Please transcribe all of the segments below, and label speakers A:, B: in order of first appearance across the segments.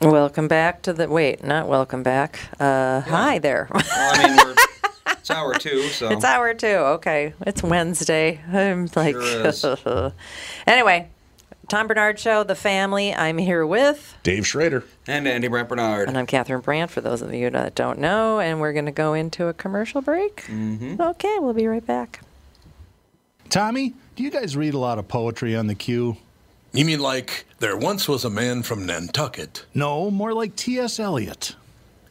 A: Welcome back to the, wait, not welcome back. Uh, Hi there.
B: Well, I mean, we're, it's hour two, so
C: Um,
A: It's hour two. Okay. It's Wednesday. I'm like,
B: Sure
A: anyway, Tom Bernard Show, The Family. I'm here with,
D: Dave Schrader.
B: and Andy Brant Bernard.
A: and I'm Catherine Brandt, for those of you that don't know, and we're going to go into a commercial break. Mm-hmm. Okay. We'll be right back.
E: Tommy, do you guys read a lot of poetry on the queue?
C: You mean like there once was a man from Nantucket?
E: No, more like T.S. Eliot.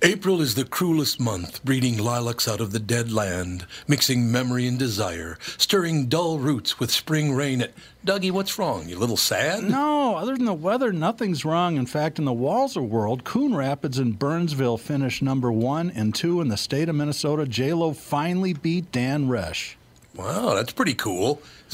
C: April is the cruelest month, breeding lilacs out of the dead land, mixing memory and desire, stirring dull roots with spring rain at Dougie, what's wrong? You a little sad?
E: No, other than the weather, nothing's wrong. In fact, in the Walzer world, Coon Rapids and Burnsville finished number one and two in the state of Minnesota. J-Lo finally beat Dan Resch.
C: Wow, that's pretty cool. Is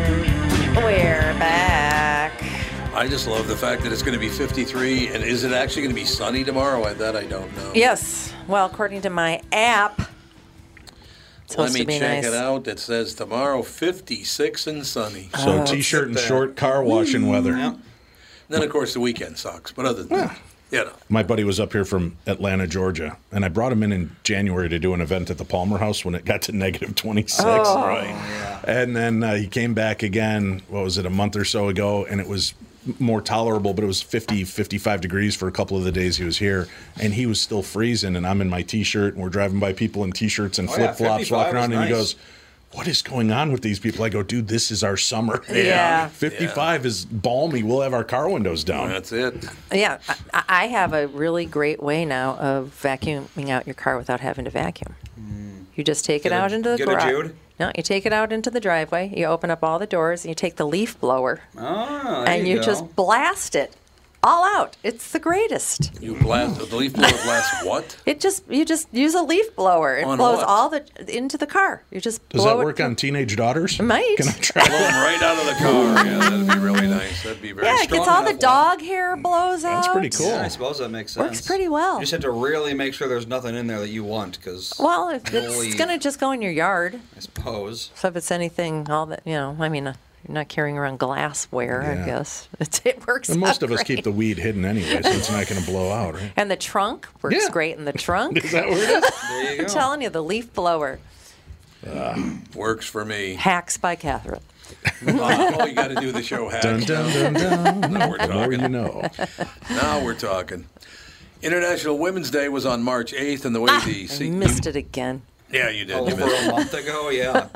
A: We're back.
C: I just love the fact that it's going to be 53, and is it actually going to be sunny tomorrow? I- That I don't know.
A: Yes. Well, according to my app, it's supposed
C: Let me
A: to be
C: check
A: nice.
C: it out. It says tomorrow 56 and sunny.
D: So t-shirt and short car washing weather.
C: Then, of course, the weekend sucks. But other than that, you know.
D: My buddy was up here from Atlanta, Georgia, and I brought him in in January to do an event at the Palmer House when it got to negative 26.
B: Oh,
D: Right. And then uh, he came back again, what was it, a month or so ago, and it was m- more tolerable, but it was 50, 55 degrees for a couple of the days he was here, and he was still freezing, and I'm in my t-shirt, and we're driving by people in t-shirts and
B: Oh, yeah,
D: flip-flops
B: 55
D: walking around,
B: is
D: and he
B: nice.
D: goes, what is going on with these people? I go, dude, this is our summer.
A: Yeah.
D: 55 is balmy. We'll have our car windows down.
C: That's it.
A: Yeah, I, I have a really great way now of vacuuming out your car without having to vacuum. You just take it
B: Mm. Get a-
A: out into the
B: get a
A: garage.
B: Jude?
A: No, you take it out into the driveway. You open up all the doors and you take the leaf blower
B: Oh, there
A: and you,
B: go.
A: just blast it all out. It's the greatest.
C: You blast the leaf blower blasts what?
A: It just you just use a leaf blower. It
C: On
A: blows
C: what?
A: all the into the car. You just
D: Does
A: blow
D: that
A: it-
D: work on teenage daughters?
A: Might.
D: Can I try?
C: Blow 'em right out of the car. Yeah, that'd be really nice. That'd be very.
A: Yeah, it
B: strong
A: gets all the
B: enough
A: dog hair blows out.
D: That's pretty cool.
B: Yeah, I suppose that makes sense.
A: Works pretty well.
B: You just have to really make sure there's nothing in there that you want, because
A: Well, if
B: Holy-
A: it's gonna just go in your yard.
B: I suppose
A: So if it's anything, all that you know, I mean, uh, you're not carrying around glassware, I
D: Yeah.
A: guess. It, it works.
D: And most
A: out
D: of us
A: great.
D: keep the weed hidden anyway, so it's not going to blow out, right?
A: And the trunk works
D: Yeah.
A: great in the trunk.
D: Is that where it is?
B: there you
A: I'm
B: go.
A: telling you, the leaf blower
C: Works for me.
A: hacks by Catherine.
C: oh, you got to do the show hack.
D: dun, dun, dun, dun.
C: Now we're
D: More
C: talking.
D: you know.
C: Now we're talking. International Women's Day was on March 8th, and the way the
A: Ah, I missed it again.
C: yeah, you did. You
B: Over
C: missed.
B: a month ago, yeah.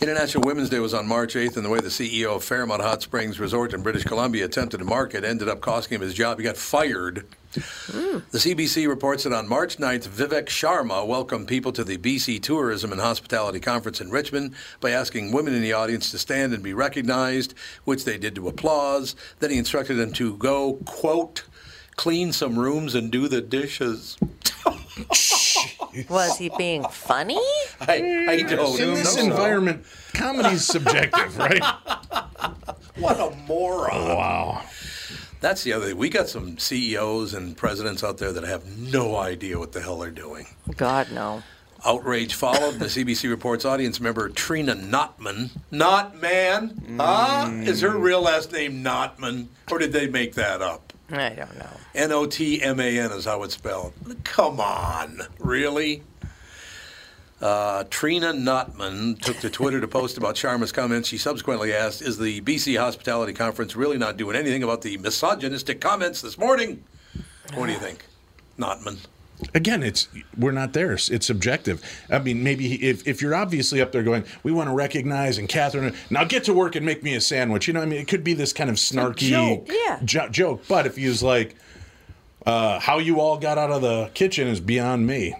C: International Women's Day was on March 8th, and the way the CEO of Fairmont Hot Springs Resort in British Columbia attempted to market ended up costing him his job. He got fired. The CBC reports that on March 9th, Vivek Sharma welcomed people to the BC Tourism and Hospitality Conference in Richmond by asking women in the audience to stand and be recognized, which they did to applause. Then he instructed them to go, quote, clean some rooms and do the dishes.
A: Was he being funny?
C: I, I don't
D: In
C: know.
D: this environment, comedy's subjective, right?
C: What a moron.
D: Wow.
C: That's the other thing. We got some CEOs and presidents out there that have no idea what the hell they're doing.
A: God no.
C: Outrage followed. The CBC reports audience member Trina Notman. Notman? Huh? Is her real last name Notman? Or did they make that up?
A: I don't know.
C: N O T M A N is how it's spelled. Come on, really? Uh, Trina Notman took to Twitter to post about Sharma's comments. She subsequently asked, "Is the BC Hospitality Conference really not doing anything about the misogynistic comments this morning?" What do you think, Notman?
D: Again, it's we're not there. It's subjective. I mean, maybe he- if, if you're obviously up there going, we want to recognize and Catherine, now get to work and make me a sandwich. You know, what I mean, it could be this kind of snarky
C: joke.
A: Yeah.
D: jo- joke. But if he was like, uh, how you all got out of the kitchen is beyond me.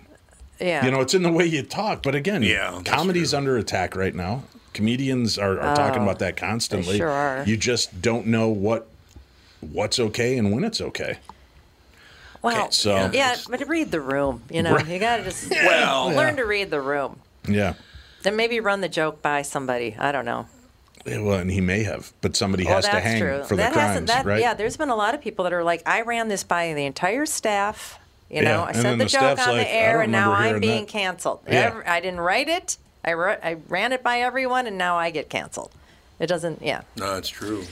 A: Yeah.
D: You know, it's in the way you talk. But again,
C: Yeah, that's
D: comedy's under attack right now. Comedians are, are talking about that constantly.
A: Oh, sure are.
D: You just don't know what what's okay and when it's okay.
A: well,
D: okay, so-
A: yeah, but read the room. You know, you gotta just
C: Well-
A: learn to read the room.
D: Yeah.
A: Then maybe run the joke by somebody. I don't know.
D: Yeah, Well, and he may have, but somebody
A: Well,
D: has to
A: that's
D: hang
A: true.
D: for
A: that
D: the
A: hasn't-
D: crimes,
A: that-
D: right?
A: Yeah, there's been a lot of people that are like, I ran this by the entire staff. You know,
D: Yeah,
A: I
D: and
A: said
D: then
A: the,
D: the
A: joke
D: staff's
A: on
D: like,
A: the
D: "I
A: air,
D: don't
A: and now
D: remember
A: I'm
D: hearing
A: being
D: that."
A: canceled.
D: Yeah.
A: Every- I didn't write it. I wrote, I ran it by everyone, and now I get canceled. It doesn't. Yeah,
C: No, it's true.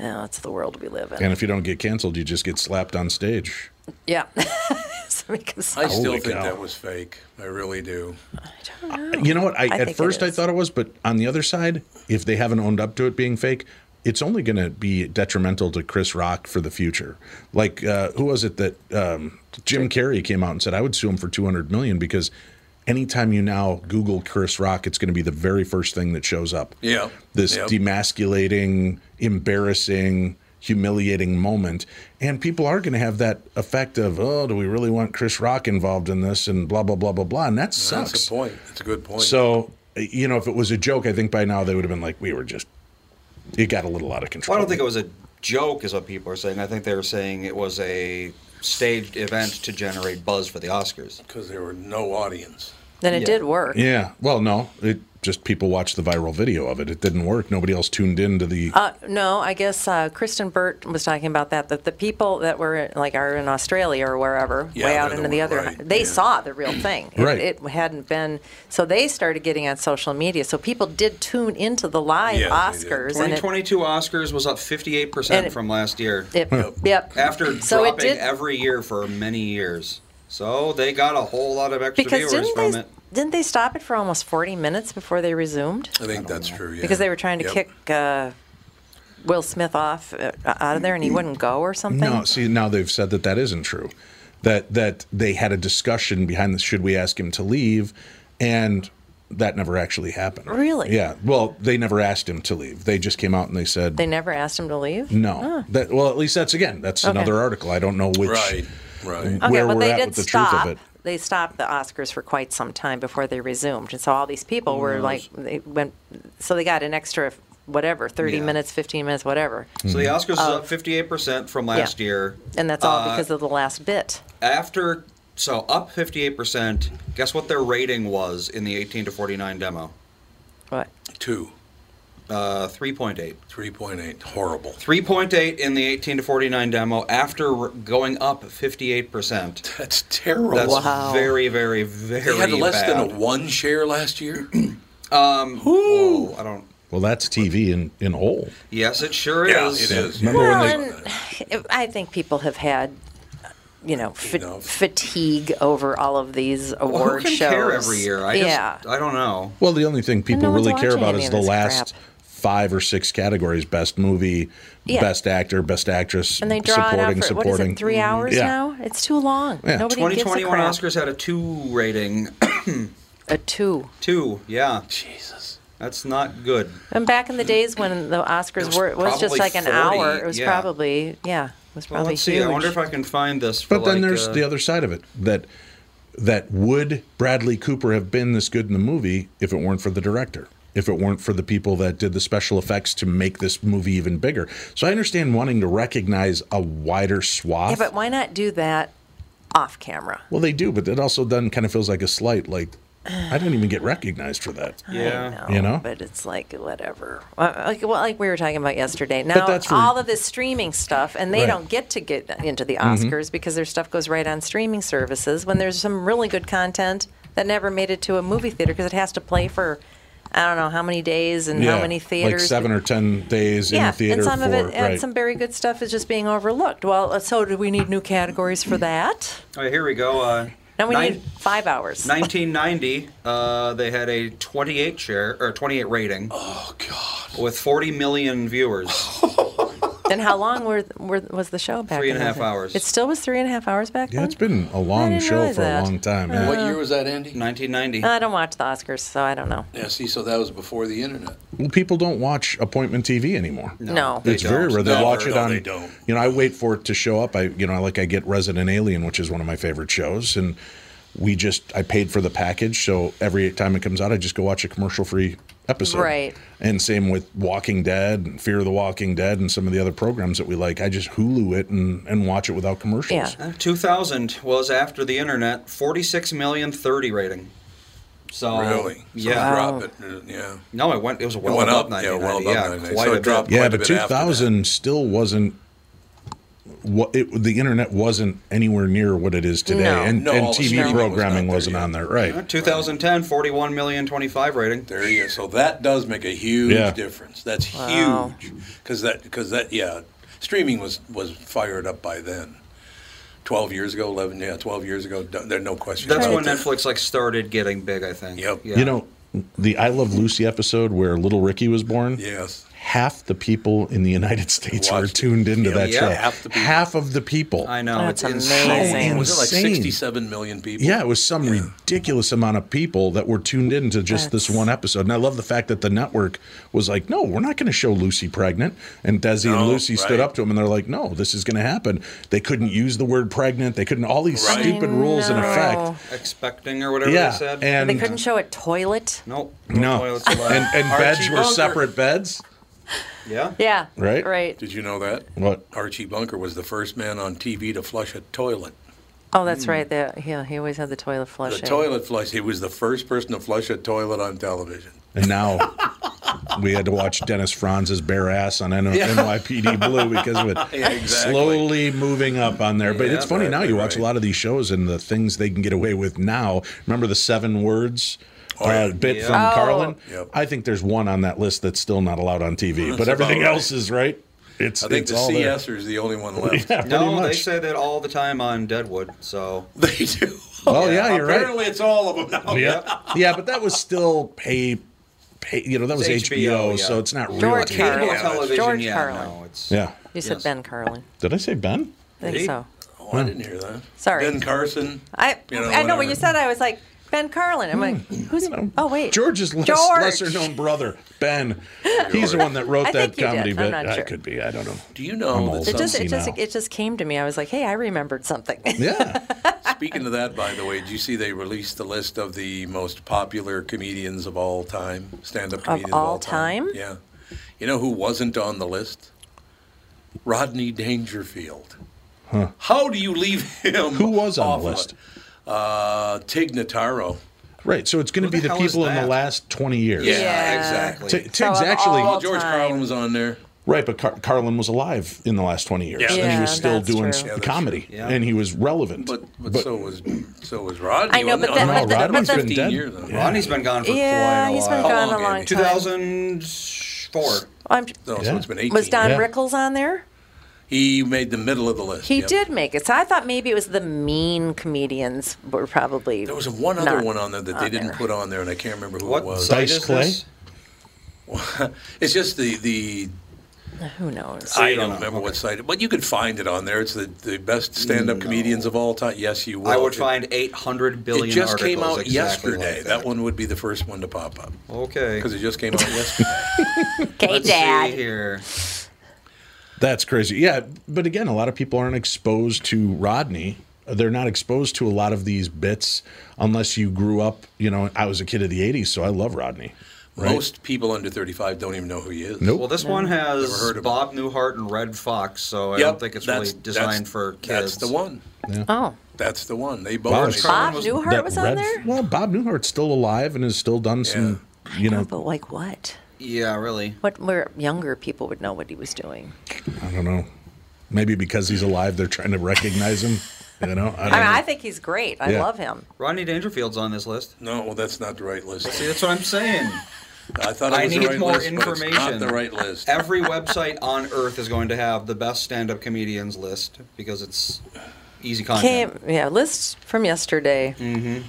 A: no, it's the world we live in.
D: And if you don't get canceled, you just get slapped on stage.
A: Yeah. Somebody comes
C: I
A: up.
C: still
D: Holy
C: think
D: cow.
C: that was fake. I really do.
A: I don't know.
D: You know what? I,
A: I think
D: at
A: it
D: first I
A: is.
D: thought it was, but on the other side, if they haven't owned up to it being fake, it's only going to be detrimental to Chris Rock for the future. Like, uh, who was it that um, Jim Carrey came out and said, "I would sue him for two hundred million because anytime you now Google Chris Rock, it's going to be the very first thing that shows up."
C: Yeah.
D: this
C: Yep.
D: demasculating, embarrassing, humiliating moment. And people are going to have that effect of, oh, do we really want Chris Rock involved in this? And blah, blah, blah, blah, blah. And that sucks.
C: That's a point. That's a good
B: Oh,
C: point.
D: So, you know, if it was a joke, I think by now they would have been like, we were just, it got a little out of control.
B: Well, I don't think it was a joke, is what people are saying. I think they were saying it was a staged event to generate buzz for the Oscars.
C: because there were no audience.
A: Then it
B: Yeah.
A: did work.
D: Yeah. Well, no, it just people watched the viral video of it. It didn't work. Nobody else tuned in to the.
A: Uh, no, I guess uh, Kristen Burt was talking about that. That the people that were like are in Australia or wherever,
C: Yeah,
A: way
C: they're
A: out
C: the
A: into the
C: one-
A: other,
C: right,
A: they
C: yeah.
A: saw the real thing. It-
D: Right.
A: It, hadn't been so they started getting on social media. So people did tune into the live
C: Yeah, they did.
A: Oscars, and it,
B: 2022 Oscars was up 58
A: And it-
B: percent from last year.
A: it- yep.
B: after
A: so it
B: dropping
A: did
B: every year for many years. So they got a whole lot of extra
A: because
B: viewers
A: didn't
B: from
A: they
B: it.
A: didn't they stop it for almost forty minutes before they resumed?
C: I think that's true. Oh, Yeah.
A: because they were trying to
C: Yep.
A: kick uh, Will Smith off uh, out of there,
C: Mm.
A: and he wouldn't go or something.
D: No, see, now they've said that that isn't true. That that they had a discussion behind this. Should we ask him to leave? And that never actually happened.
A: Really?
D: Yeah. Well, they never asked him to leave. They just came out and they said
A: They never asked him to leave.
D: no. That well, at least that's again. That's
A: Okay.
D: another article. I don't know which.
C: Right. Right.
A: Okay,
D: where
A: but
D: we're
A: they
D: at
A: did
D: with the truth of
A: stop.
D: it.
A: They stopped the Oscars for quite some time before they resumed, and so all these people were like, they went, so they got an extra whatever, thirty
B: Yeah.
A: minutes, fifteen minutes, whatever,
B: So
C: Mm-hmm.
B: the Oscars is up 58 percent from last year.
A: Oh. and that's all
B: Uh,
A: because of the last bit.
B: after so up 58 percent. Guess what their rating was in the 18 to 49 demo?
A: What?
C: Two.
B: Uh, 3.8.
C: 3.8. Horrible.
B: 3.8 in the 18 to 49 demo after r- going up 58 percent.
C: That's terrible.
B: That's
A: Wow.
B: very, very, very
C: They Oh, had less
B: bad.
C: than a one share last year.
B: Whoa, I don't.
D: Well, that's TV in in whole.
B: Yes, it sure
C: Yeah,
B: is.
C: it is.
D: Remember
A: Well,
D: when they?
A: and
C: Oh,
A: if- I think people have had, you know, fa-
C: Enough.
A: fatigue over all of these award
B: Well, who can
A: shows
B: care every year? I
A: yeah.
D: uh,
B: just, I don't know.
D: Well, the only thing people
A: no one's
D: really care
A: watching
D: about
A: any
D: is
A: of
D: the
A: this
D: last
A: crap.
D: five or six categories: best movie,
A: Yeah.
D: best actor, best actress,
A: And they draw it out
D: supporting,
A: for
D: supporting. Mm-hmm.
A: what is it? Three hours
D: Yeah.
A: now? It's too long.
D: Yeah.
A: Nobody gives a
B: 2021
A: crap.
B: Oscars had a two rating.
A: A two.
B: two, yeah. Jesus. That's not good.
A: And back in the days when the Oscars
B: was
A: were, it was just
B: probably
A: like an
B: 40,
A: hour. It was
B: yeah.
A: probably, yeah, it was
B: Well,
A: probably
B: let's see.
A: huge.
B: I wonder if I can find this. For
D: But then
B: like,
D: there's
B: uh,
D: the other side of it that that would Bradley Cooper have been this good in the movie if it weren't for the director? If it weren't for the people that did the special effects to make this movie even bigger. So I understand wanting to recognize a wider swath.
A: yeah, but why not do that off camera?
D: well, they do, but it also then kind of feels like a slight, like, I didn't even get recognized for that.
B: Yeah.
A: No,
D: You know?
A: but it's like whatever. Uh, Like well, like we were talking about yesterday. Now
D: that's for-
A: all of this streaming stuff, and they
D: Right. Mm-hmm.
A: don't get to get into the Oscars because their stuff goes right on streaming services. When there's some really good content that never made it to a movie theater because it has to play for I don't know how many days and how many theaters.
D: Like seven or 10 days in
A: yeah,
D: the theater
A: and some
D: for.
A: of it, and
D: right.
A: some very good stuff is just being overlooked. Well, uh, so do we need new categories for that?
B: All right, here we go. Uh,
A: Now we
B: nine-
A: need five hours.
B: 1990, uh, they had a 28 share or 28 rating. Oh God! With 40 million viewers.
A: Then how long were, were was the show back?
B: Three and a
A: then?
B: half hours.
A: It still was three and a half hours back
D: yeah,
A: then.
D: it's been a long
A: didn't
D: show
A: realize
D: for
A: that.
D: a long time. yeah.
C: What year was that, Andy?
B: 1990.
A: I don't watch the Oscars, so I don't know.
C: Yeah, see, so that was before the internet.
D: Well, people don't watch appointment TV anymore.
A: No.
D: It's very
B: don't.
D: rare. They
C: No,
D: watch it
C: no,
D: on.
C: they don't.
D: You know, I wait for it to show up. I, you know, like I get Resident Alien, which is one of my favorite shows, and we just I paid for the package, so every time it comes out, I just go watch a commercial-free episode.
A: Right.
D: And same with Walking Dead, and Fear of the Walking Dead, and some of the other programs that we like. I just Hulu it and and watch it without commercials.
A: Yeah.
B: Uh, 2000 was after the internet. 46 million 30 rating. So
C: Really? So
B: Yeah.
C: Drop it. uh, Yeah.
B: No, it went. It was well
C: went
B: above
C: up, yeah,
B: 1990.
C: well above 1990.
B: quite
C: So
B: a
C: it
B: bit.
C: dropped
D: Yeah,
C: quite a
D: but
C: bit after that.
D: 2000 still wasn't what it, the internet wasn't anywhere near what it is today,
A: No.
D: and,
C: No,
D: and
C: all the
D: TV
C: streaming was
D: programming
C: not there
D: wasn't
C: yet.
D: on there, right?
B: 2010, 41 million 25 rating.
C: There you go. So that does make a huge
D: Yeah.
C: difference. That's
A: Wow.
C: huge because that because that yeah, streaming was was fired up by then. Twelve years ago, eleven yeah, twelve years ago. d- There's no question.
B: That's
C: about
B: when
C: that.
B: Netflix like started getting big. I think.
C: Yep.
B: Yeah.
D: You know, the I Love Lucy episode where little Ricky was born.
C: Yes.
D: Half the people in the United States were
C: Watched it.
D: tuned into
C: Yeah,
D: that
B: yeah,
D: show.
C: half the people.
D: Half of the people.
B: I know.
A: That's
B: it's
A: amazing.
B: insane.
D: It
C: Was it like
D: Insane.
C: sixty-seven million people?
D: Yeah, it was some ridiculous amount of people that were tuned into just this
A: That's-
D: one episode. And I love the fact that the network was like, no, we're not going to show Lucy pregnant. And Desi
C: No,
D: and Lucy stood
C: Oh, right.
D: up to him and they're like, no, this is going to happen. They couldn't use the word pregnant. They couldn't, all these
C: Right.
D: stupid rules in
A: No.
D: effect.
B: Expecting or whatever
D: Yeah.
B: they said.
D: And
A: they couldn't show a toilet.
B: nope.
D: no.
B: toilets allowed.
D: And, and
C: Archie
D: beds were
C: Bunker.
D: separate beds.
B: yeah.
A: Yeah.
D: Right?
A: Right.
C: Did you know that
D: What?
C: Archie Bunker was the first man on TV to flush a toilet?
A: Oh, that's right. The, he, he always had the toilet
C: The
A: flushing.
C: toilet flush. He was the first person to flush a toilet on television.
D: And now we had to watch Dennis Franz's bare ass on N- NYPD Blue because of it.
C: exactly.
D: Slowly moving up on there. But
C: Yeah,
D: it's funny
C: right,
D: now, you
C: right,
D: watch a
C: right.
D: lot of these shows and the things they can get away with now. Remember the seven words?
C: yeah.
D: uh, bit
B: Yeah.
D: from
A: Oh.
D: Carlin.
C: Yep.
D: I think there's one on that list that's still not allowed on TV, but
C: That's about
D: everything
C: right.
D: else is right. It's
C: I think
D: it's
C: the
D: all there.
C: CSer is the only one left.
D: Yeah, pretty
B: No, they
D: much.
B: say that all the time on Deadwood. So
C: They do.
D: oh yeah, you're right.
C: Apparently, Oh, it's all of them now.
D: Yeah, yeah, but that was still pay, pay. You know, that was HBO,
B: HBO, yeah.
D: so it's not real.
A: George
D: TV.
A: Carlin.
B: cable television,
A: George
B: yeah,
A: Carlin.
B: no, it's
D: Yeah.
A: You said
B: Yes.
A: Ben Carlin.
D: Did I say Ben?
A: I think
B: Did he?
A: so.
C: Oh, I didn't hear that.
A: Sorry.
C: Ben Carson.
A: I
C: You know,
A: I know when
C: whatever.
A: you said I was like Ben Carlin. I'm like,
D: Hmm.
A: who's? Oh wait,
D: George's less,
A: George.
D: lesser known brother, Ben. He's the one that wrote
A: I
D: that
A: think you did.
D: comedy
A: I'm
D: bit.
A: not
D: I
A: sure.
D: could be. I don't know.
C: Do you
D: I'm
C: know
D: old.
C: that
D: It
A: It just
C: some,
A: it just
D: now.
A: it just came to me. I was like, hey, I remembered something.
D: Yeah.
C: speaking of that, by the way, did you see they released the list of the most popular comedians of all time, stand-up comedians of all,
A: all time?
C: Yeah. You know who wasn't on the list? Rodney Dangerfield. How do you leave him?
D: Who was on the
C: off of
D: list?
C: it? Uh, Tig Notaro.
D: Right. So it's going to
B: Who
D: be
B: the
D: the
B: hell is
D: people in the
B: that?
D: last 20 years.
C: Yeah,
A: Yeah.
C: exactly.
D: T-
B: Exactly.
D: Tig's
A: So of
D: actually
A: all-
C: well, George
A: time.
C: Carlin was on there.
D: right, but Car- Carlin was alive in the last 20 years,
C: Yeah.
D: and he
A: Yeah,
D: was still
A: that's
D: doing
A: true.
D: s-
A: Yeah,
C: that's
D: comedy,
B: true. Yeah.
D: and he was relevant.
C: But, but so was so was Rodney.
A: I know, but
C: wasn't he?
A: the-
D: no,
A: but the- but
D: Rodman's
A: the-
D: been
C: 15
D: dead.
C: years, though.
B: Rodney's been gone for
A: yeah,
B: quite a
A: he's been
B: while.
A: gone
C: long,
A: a long
C: Andy?
A: time.
B: 2004.
C: Oh,
A: I'm-
C: No, so
D: Yeah.
C: it's been 18.
A: was Don
D: Yeah.
A: Rickles on there?
C: He made the middle of the list.
A: He
C: yep.
A: did make it. So I thought maybe it was the mean comedians were probably.
C: There was one other
A: not
C: one on there that they
A: on
C: didn't
A: there.
C: put on there, and I can't remember who
B: What
C: it was.
B: site
D: Dice
B: is
D: Clay?
B: this?
C: It's just the the
A: Who knows?
C: I don't remember what site, but you could find it on there. It's the, the best stand up comedians of all time. Yes, you will.
B: I would
C: It-
B: find 800 billion
C: It just came
B: articles
C: out
B: exactly
C: yesterday.
B: like
C: that. one would be the first one to pop up
B: Okay.
C: because it just came out yesterday.
A: Okay,
B: Let's see
A: Dad.
B: here.
D: That's crazy. Yeah, but again, a lot of people aren't exposed to Rodney. They're not exposed to a lot of these bits unless you grew up. You know, I was a kid of the '80s, so I love Rodney.
C: Most people under 35 don't even know who he is.
D: Nope.
B: Well, this one has
C: Never heard of
B: Bob Newhart and Red Fox, so I
C: Yep,
B: don't think it's really
C: that's-
B: designed
C: that's-
B: for kids.
C: That's the one.
A: Oh,
C: That's the one. They both.
D: Wow,
C: they-
D: Bob-
A: Bob
B: was-
A: Newhart
D: That
A: was on
D: Red-
A: there.
D: Well, Bob Newhart's still alive and has still done some. You know,
A: but like what?
B: Yeah, really.
A: What? Where younger people would know what he was doing.
D: I don't know. Maybe because he's alive, they're trying to recognize him. You know, I don't
A: I mean,
D: know.
A: I think he's great. I
D: Yeah.
A: love him.
B: Rodney Dangerfield's on this list.
C: No, well, that's not the right list.
B: See, that's what I'm saying.
C: I thought
B: I
C: it was the
B: need
C: right
B: more
C: list, but it's
B: information.
C: not the right list.
B: Every website on earth is going to have the best stand-up comedians list because it's easy content.
A: Came, yeah, list from yesterday.
C: Mm.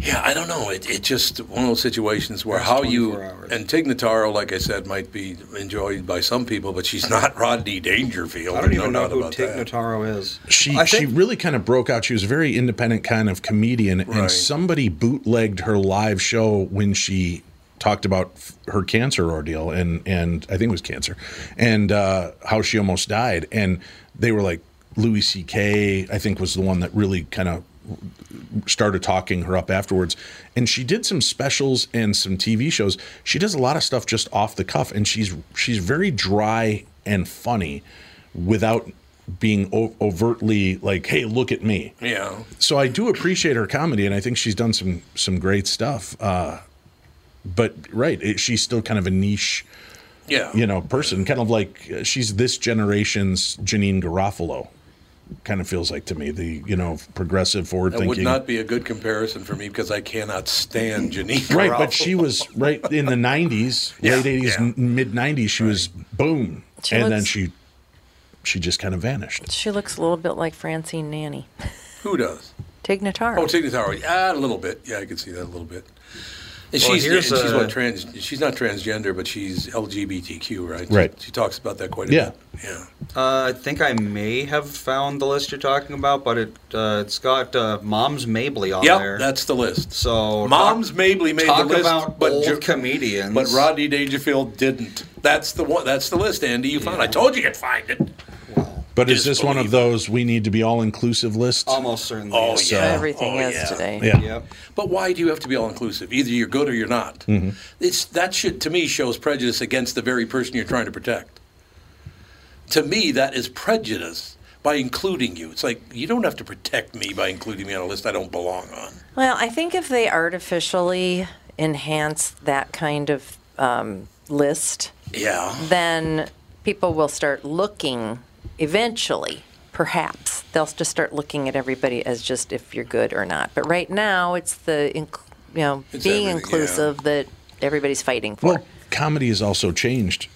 C: Yeah, I don't know. It, it just one of those situations where how you
B: 24 hours.
C: and Tignataro, like I said, might be enjoyed by some people, but she's not Rodney Dangerfield.
B: I don't
C: There's
B: even
C: no
B: know
C: doubt
B: who
C: about
B: Tig
C: that.
B: Notaro is.
D: she
B: I
D: she
B: think-
D: really kind of broke out. She was a very independent kind of comedian,
C: Right.
D: and somebody bootlegged her live show when she talked about f- her cancer ordeal and and I think it was cancer, and uh, how she almost died. And they were like Louis C.K. I think was the one that really kind of started talking her up afterwards and she did some specials and some TV shows she does a lot of stuff just off the cuff and she's she's very dry and funny without being o- overtly like hey look at me
C: Yeah,
D: so I do appreciate her comedy and I think she's done some some great stuff uh but right it, she's still kind of a niche
C: yeah,
D: you know person kind of like uh, she's this generation's Janine Garofalo kind of feels like to me the you know progressive forward
C: That
D: thinking
C: would not be a good comparison for me because I cannot stand Janine.
D: Right,
C: Garofalo.
D: but she was right in the '90s,
C: Yeah,
D: late '80s,
C: yeah.
D: n- mid '90s. She was boom,
A: She
D: and then
A: looks-
D: she she just kind of vanished.
A: She looks a little bit like Francine Nanny.
C: Who does?
A: Tig Notaro.
C: Oh, Tignataro. Ah, a little bit. Yeah, I can see that a little bit. And
B: Well,
C: she's and
B: here's
C: she's
B: a-
C: what trans. She's not transgender, but she's LGBTQ, right?
D: Right.
C: She, she talks about that quite a
D: Yeah.
C: bit. Yeah.
B: Uh, I think I may have found the list you're talking about, but it uh, it's got uh, Mom's Mabley on
C: Yeah.
B: there.
C: That's the list.
B: so talk-
C: Mom's Mabley made
B: talk
C: the list,
B: about
C: but
B: old
C: Ju-
B: comedians.
C: But Rodney Dangerfield didn't. That's the one. That's the list, Andy. You found. I told you you'd find it.
D: But is this one of
C: Disbelievable.
D: those we need to be all inclusive lists?
B: almost certainly.
C: Oh
B: is.
C: yeah.
A: Everything
C: Oh,
A: is
C: yeah.
A: today.
D: yeah,
B: Yep.
C: But why do you have to be all inclusive? Either you're good or you're not.
D: Mm-hmm.
C: It's that should to me shows prejudice against the very person you're trying to protect. To me, that is prejudice by including you. It's like you don't have to protect me by including me on a list I don't belong on.
A: Well, I think if they artificially enhance that kind of um, list,
C: Yeah.
A: then people will start looking eventually, perhaps. They'll just start looking at everybody as just if you're good or not. But right now, it's the, inc- you know,
C: It's
A: being
C: everything, yeah.
A: inclusive that everybody's fighting for.
D: Well, comedy has also changed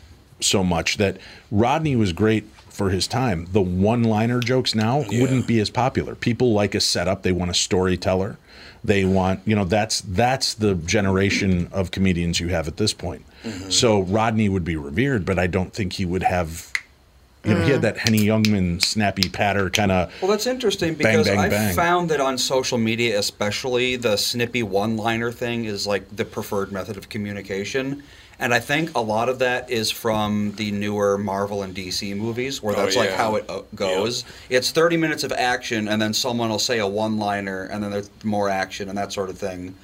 D: so much that Rodney was great for his time. The one-liner jokes now wouldn't be as popular. People like a setup; they want a storyteller. They want, you know, that's that's the generation of comedians you have at this point.
B: Mm-hmm.
D: So Rodney would be revered, but I don't think he would have. You know, he had that Henny Youngman snappy patter kind of.
B: Mm. Well, that's interesting
D: Bang,
B: because
D: bang,
B: i
D: bang.
B: found that on social media, especially, the snippy one liner thing is like the preferred method of communication. And I think a lot of that is from the newer Marvel and DC movies, where
C: Oh,
B: that's like
C: yeah.
B: how it uh, goes. It's 30 minutes of action, and then someone will say a one liner, and then there's more action, and that sort of thing,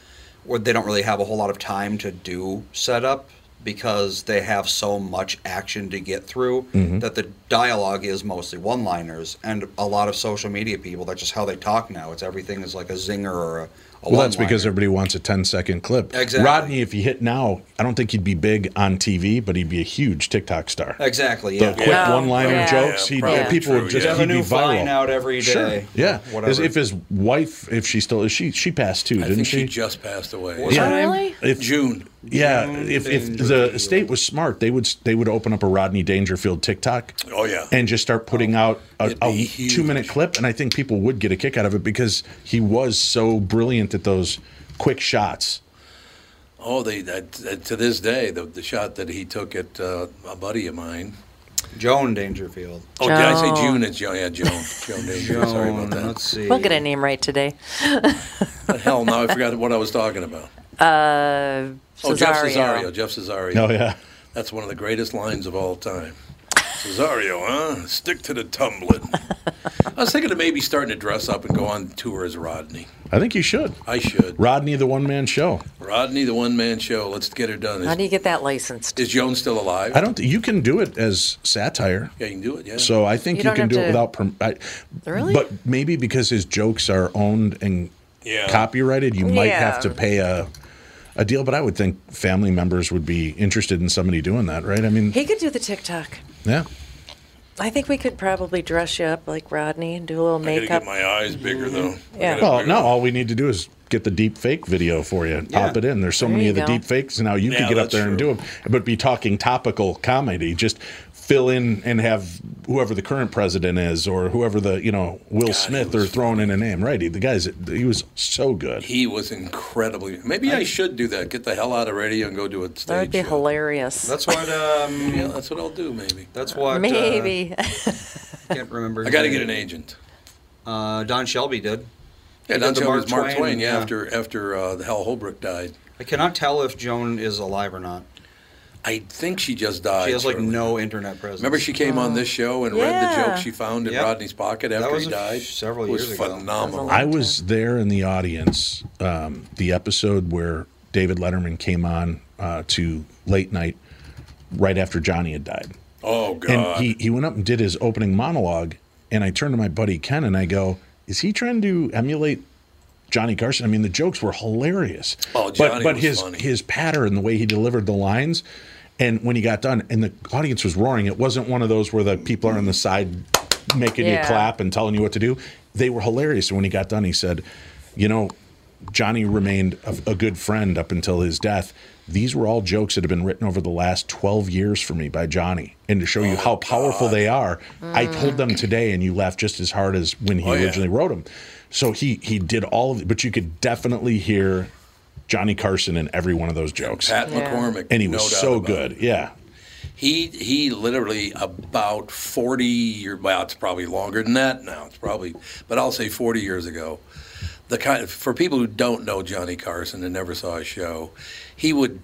B: where they don't really have a whole lot of time to do setup because they have so much action to get through
C: Mm-hmm.
B: that the dialogue is mostly one liners. And a lot of social media people, that's just how they talk now. It's everything is like a zinger or a, a
D: Well, that's because
B: one-liner.
D: everybody wants a 10 second clip.
B: Exactly.
D: Rodney, if he hit now, I don't think he'd be big on TV, but he'd be a huge TikTok star.
B: Exactly,
D: The
B: yeah.
D: quick
A: Yeah.
D: one liner
A: Yeah.
D: jokes,
C: Yeah,
D: he'd,
C: probably
D: people
C: true,
D: would just
C: yeah.
D: he'd
B: There's a
D: be
B: new
D: viral.
B: vine out every
D: Sure.
B: day.
D: Yeah.
B: Whatever.
D: As if his wife, if she still is, she she passed too,
C: I
D: didn't
C: think
D: she?
C: she just passed away.
B: Was
D: Yeah.
B: her name-
A: Really?
D: if
C: June.
D: yeah, if, if the state was smart, they would they would open up a Rodney Dangerfield TikTok.
C: Oh, yeah.
D: and just start putting
B: Oh,
D: out a,
C: It'd be
D: a
C: huge.
D: two minute clip, and I think people would get a kick out of it because he was so brilliant at those quick shots.
C: Oh, they that, that- to this day the, the shot that he took at uh, a buddy of mine.
B: Joan Dangerfield.
C: Oh, did I say
A: Joan.
C: June? It's Joan. Yeah, Joan. Joan Danger.
B: Joan,
C: Sorry about that.
B: let's see.
A: We'll get a name right today.
C: But hell, now I forgot what I was talking about. Oh, Jeff Cesario. Jeff Cesario.
D: Oh yeah.
C: That's one of the greatest lines of all time. Cesario, huh? Stick to the tumbling. I was thinking of maybe starting to dress up and go on tour as Rodney.
D: I think you should.
C: I should.
D: Rodney, the one man show.
C: Rodney, the one man show. Let's get her done.
A: How do
C: Is,
A: you get that licensed?
C: is Joan still alive?
D: I don't. Th- you can do it as satire.
C: Yeah, you can do it. Yeah.
D: So I think
A: You
D: you,
A: don't
D: can
A: have
D: do it
A: to-
D: without. Perm- I,
A: Really?
D: But maybe because his jokes are owned and
C: Yeah.
D: copyrighted, you might have
A: Yeah.
D: to pay a a deal. But I would think family members would be interested in somebody doing that, right? I mean,
A: He could do the TikTok.
D: yeah.
A: I think we could probably dress you up like Rodney and do a little
C: I gotta
A: makeup.
C: get my eyes bigger though. I
A: Yeah.
C: gotta
D: Well,
C: bigger-
D: Oh, no. All we need to do is get the deep fake video for you and pop
B: Yeah.
D: it in. There's so
A: There
D: many
A: you
D: of the
A: go.
D: deep fakes now. You
C: Yeah,
D: could get up
C: that's
D: there and do
C: true.
D: them, but be talking topical comedy. Just fill in and have whoever the current president is or whoever the you know Will Smith or
C: was
D: thrown in a name. Right? The guy's he was so good.
C: He was incredibly. Maybe I, should do that. Get the hell out of radio and go do a stage
A: That would be
C: show.
A: hilarious.
B: That's what. Um,
C: Yeah, that's what I'll do. Maybe.
B: that's what. uh,
A: Maybe.
B: can't remember.
C: I
B: his
C: got to
B: name.
C: get an agent.
B: Uh, Don Shelby did.
C: Yeah,
B: He
C: Don
B: did the
C: Mark, Mark Twain. yeah,
B: yeah.
C: after after uh, the Hal Holbrook died.
B: I cannot tell if Joan is alive or not.
C: I think she just died.
B: She has like
C: shortly.
B: no internet presence.
C: Remember, she came on this show and read the
A: Yeah.
C: joke she found in
B: Yep.
C: Rodney's pocket after
B: was
C: he
B: a
C: died.
B: f- several
C: it was
B: years ago.
C: phenomenal.
A: That
D: I
C: uh,
D: was there in the audience, um, the episode where David Letterman came on uh, to late night right after Johnny had died.
C: Oh God!
D: And he, he went up and did his opening monologue. And I turned to my buddy Ken and I go, Is he trying to emulate Johnny Carson? I mean, the jokes were hilarious.
C: Oh,
D: but
C: Johnny
D: but
C: was
D: his
C: funny.
D: his pattern, the way he delivered the lines, and when he got done, and the audience was roaring. It wasn't one of those where the people are on the side making you
A: Yeah.
D: clap and telling you what to do. They were hilarious. And when he got done, he said, You know, Johnny remained a, a good friend up until his death. These were all jokes that have been written over the last 12 years for me by Johnny. And to show
C: Oh,
D: you how powerful they are, I told them today, and you laughed just as hard as when he
C: Mm. Oh, yeah.
D: originally wrote them. So he he did all of it, but you could definitely hear Johnny Carson in every one of those jokes.
C: Pat
A: Yeah.
C: McCormick,
D: and he
C: no
D: was
C: doubt
D: so
C: about
D: good.
C: it.
D: Yeah.
C: He he literally about forty year well, it's probably longer than that now. It's probably, but I'll say forty years ago. The kind for people who don't know Johnny Carson and never saw a show, he would.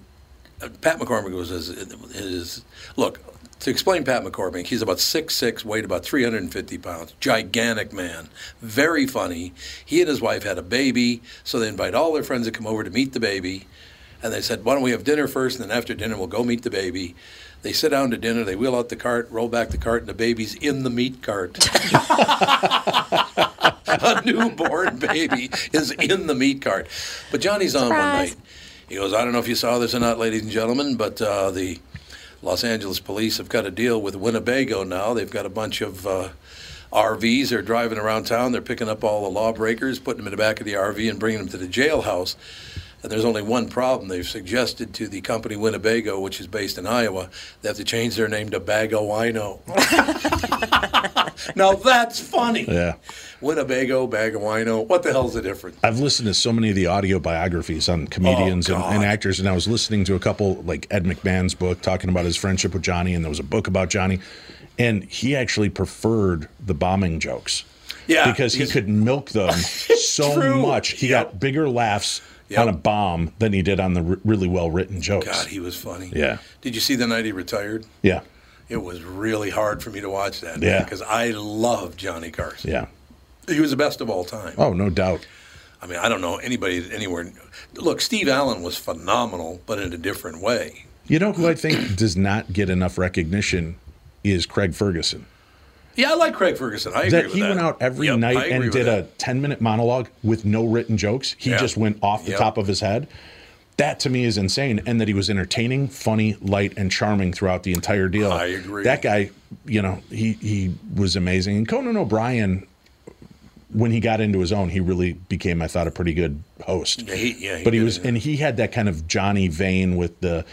C: uh, Pat McCormick was his, his look. To explain Pat McCormick, he's about 6'6", weighed about 350 pounds, gigantic man, very funny. He and his wife had a baby, so they invite all their friends to come over to meet the baby. And they said, why don't we have dinner first, and then after dinner, we'll go meet the baby. They sit down to dinner, they wheel out the cart, roll back the cart, and the baby's in the meat cart. a newborn baby is in the meat cart. But Johnny's on one
A: Surprise.
C: night. He goes, I don't know if you saw this or not, ladies and gentlemen, but uh, the Los Angeles police have got a deal with Winnebago now. They've got a bunch of uh, RVs. They're driving around town. They're picking up all the lawbreakers, putting them in the back of the RV, and bringing them to the jailhouse. And there's only one problem. They've suggested to the company Winnebago, which is based in Iowa, they have to change their name to Bago Wino. now that's funny.
D: Yeah.
C: Winnebago, Bag of Wino. What the hell's the difference?
D: I've listened to so many of the audio biographies on comedians and,
C: Oh, God.
D: and actors, and I was listening to a couple, like Ed McMahon's book, talking about his friendship with Johnny, and there was a book about Johnny, and he actually preferred the bombing jokes.
C: Yeah,
D: Because he
C: he's-
D: could milk them so
C: True.
D: much. He got bigger laughs
C: Yep.
D: on a bomb than he did on the r- really well written jokes.
C: God, he was funny.
D: Yeah.
C: Did you see the night he retired?
D: yeah.
C: It was really hard for me to watch that.
D: Yeah.
C: Because I love Johnny Carson.
D: Yeah.
C: He was the best of all time.
D: Oh, no doubt.
C: I mean, I don't know anybody anywhere. Look, Steve Allen was phenomenal, but in a different way.
D: You know who I think does not get enough recognition is Craig Ferguson.
C: Yeah, I like Craig Ferguson. I agree
D: that
C: with
D: he
C: that.
D: went out every
C: Yep, I
D: night
C: agree
D: and
C: with
D: did
C: that.
D: a 10 minute monologue with no written jokes. He
C: Yeah.
D: just went off the
C: Yep.
D: top of his head. That to me is insane. And that he was entertaining, funny, light, and charming throughout the entire deal.
C: I agree.
D: That guy, you know, he, he was amazing. And Conan O'Brien, when he got into his own, he really became, I thought, a pretty good host.
C: Yeah, he- yeah, he
D: but he
C: did
D: was,
C: it.
D: and he had that kind of Johnny vein with the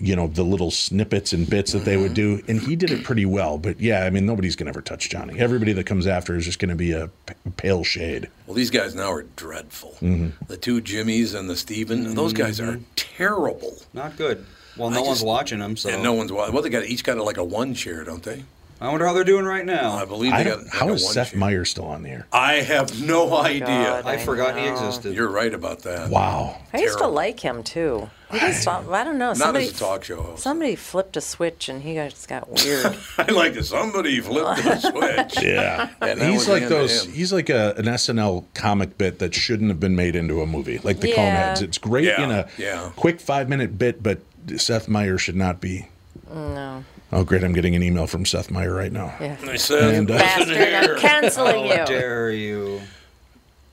D: you know, the little snippets and bits that they would
C: Uh-huh.
D: do. And he did it pretty well. But yeah, I mean, nobody's going to ever touch Johnny. Everybody that comes after is just going to be a p- pale shade.
C: Well, these guys now are dreadful.
D: Mm-hmm.
C: The two Jimmies and the Steven, those guys are terrible.
B: Not good. Well, no
C: I
B: one's
C: just-
B: watching them, so
C: And no one's wa- well. They got each got like a one share, don't they?
B: I wonder how they're doing right
C: I
B: now.
C: believe
D: I
C: they
D: don't,
C: got.
D: how
C: like a
D: is
C: one
D: Seth
C: share.
D: Meyers still on the air?
C: I have no idea.
A: Oh God,
B: I forgot he
A: know.
B: existed.
C: You're right about that.
D: Wow.
A: I used to
C: Terrible.
A: like him too. He just thought, I don't know.
C: Not
A: Somebody,
C: as a talk show host.
A: Somebody flipped a switch and he just got weird.
C: I like that somebody flipped the switch.
D: Yeah.
C: And that was
D: he's
C: the
D: like
C: end of
D: those.
C: him.
D: He's like a, an SNL comic bit that shouldn't have been made into a movie, like the
A: Yeah.
D: Coneheads. It's great
C: Yeah,
D: in a
C: yeah.
D: quick five minute bit, but Seth Meyers should not be.
A: no.
D: Oh, great! I'm getting an email from Seth Meyer right now.
A: Yeah.
C: I said,
D: And, uh,
C: "Listen
A: Bastard, I'm
C: here,
A: canceling
B: How
A: you.
B: dare you?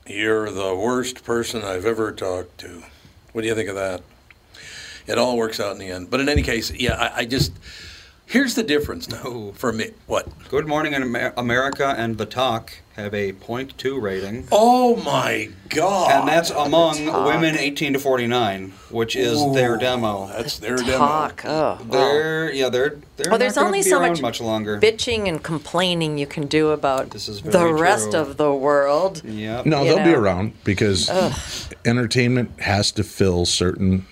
C: you're the worst person I've ever talked to. What do you think of that? It all works out in the end. But in any case, yeah, I, I just here's the difference now for me. What?
B: Good Morning Amer- America and The Talk have a 0.2 rating.
C: Oh my God!
B: And that's among women 18 to 49, which is their demo.
C: that's their
A: Talk.
C: demo.
A: Oh, well.
B: They're yeah, they're they're
A: Well, there's
B: not gonna
A: only
B: be
A: so
B: around
A: much
B: much longer.
A: Oh. bitching and complaining you can do about
B: This is
A: the
B: very
A: rest
B: true.
A: of the world.
B: Yep.
D: No,
A: You
D: they'll be
A: know.
D: around because entertainment has to fill certain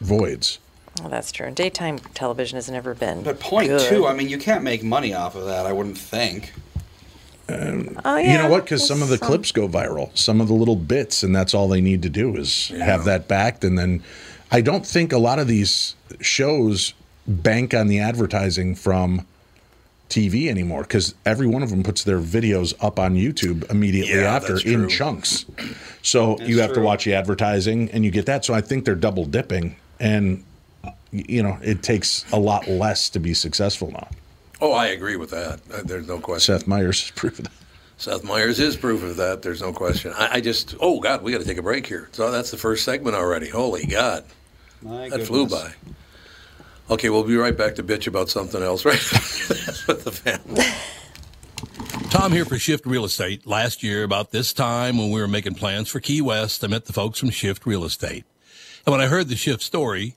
D: voids.
A: Well, Oh, that's true. And daytime television has never been.
B: But point
A: good.
B: two, I mean, you can't make money off of that. I wouldn't think.
A: Oh,
D: You
A: yeah, um,
D: know what? Because
A: there's
D: some of the clips go viral, some of the little bits, and that's all they need to do is have that backed. And then I don't think a lot of these shows bank on the advertising from TV anymore because every one of them puts their videos up on YouTube immediately
C: Yeah,
D: after
C: that's
D: in
C: true.
D: chunks. So you have to
B: true.
D: watch the advertising and you get that. So I think they're double dipping. And, y- you know, it takes a lot less to be successful now.
C: Oh, I agree with that. Uh, There's no question.
D: Seth Meyers has proven that.
C: Seth Meyers is proof of that. There's no question. I, I just, oh God, we got to take a break here. So that's the first segment already. Holy God,
B: My
C: that flew
B: goodness.
C: by. Okay, we'll be right back to bitch about something else, right? with the family.
F: Tom here for Shift Real Estate. Last year, about this time when we were making plans for Key West, I met the folks from Shift Real Estate. And when I heard the Shift story,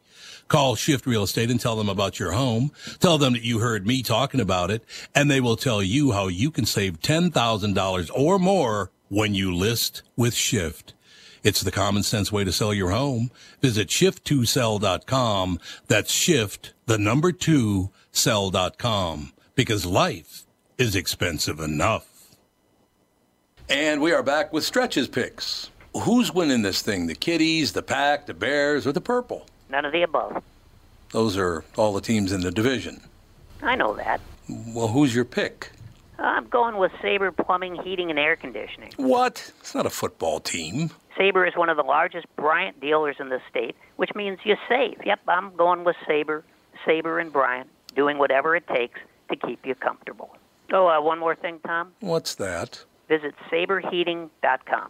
F: Call Shift Real Estate and tell them about your home. Tell them that you heard me talking about it, and they will tell you how you can save $10,000 or more when you list with Shift. It's the common sense way to sell your home. Visit shift2sell.com. That's shift, the number two, sell.com. Because life is expensive enough.
C: And we are back with stretches picks. Who's winning this thing? The Kitties, the Pack, the Bears, or the Purple?
G: None of the above.
C: Those are all the teams in the division.
G: I know that.
C: Well, who's your pick?
G: I'm going with Sabre Plumbing, Heating, and Air Conditioning.
C: What? It's not a football team.
G: Sabre is one of the largest Bryant dealers in the state, which means you save. Yep, I'm going with Sabre, Sabre and Bryant, doing whatever it takes to keep you comfortable. Oh, uh, one more thing, Tom.
C: What's that?
G: Visit saberheating.com.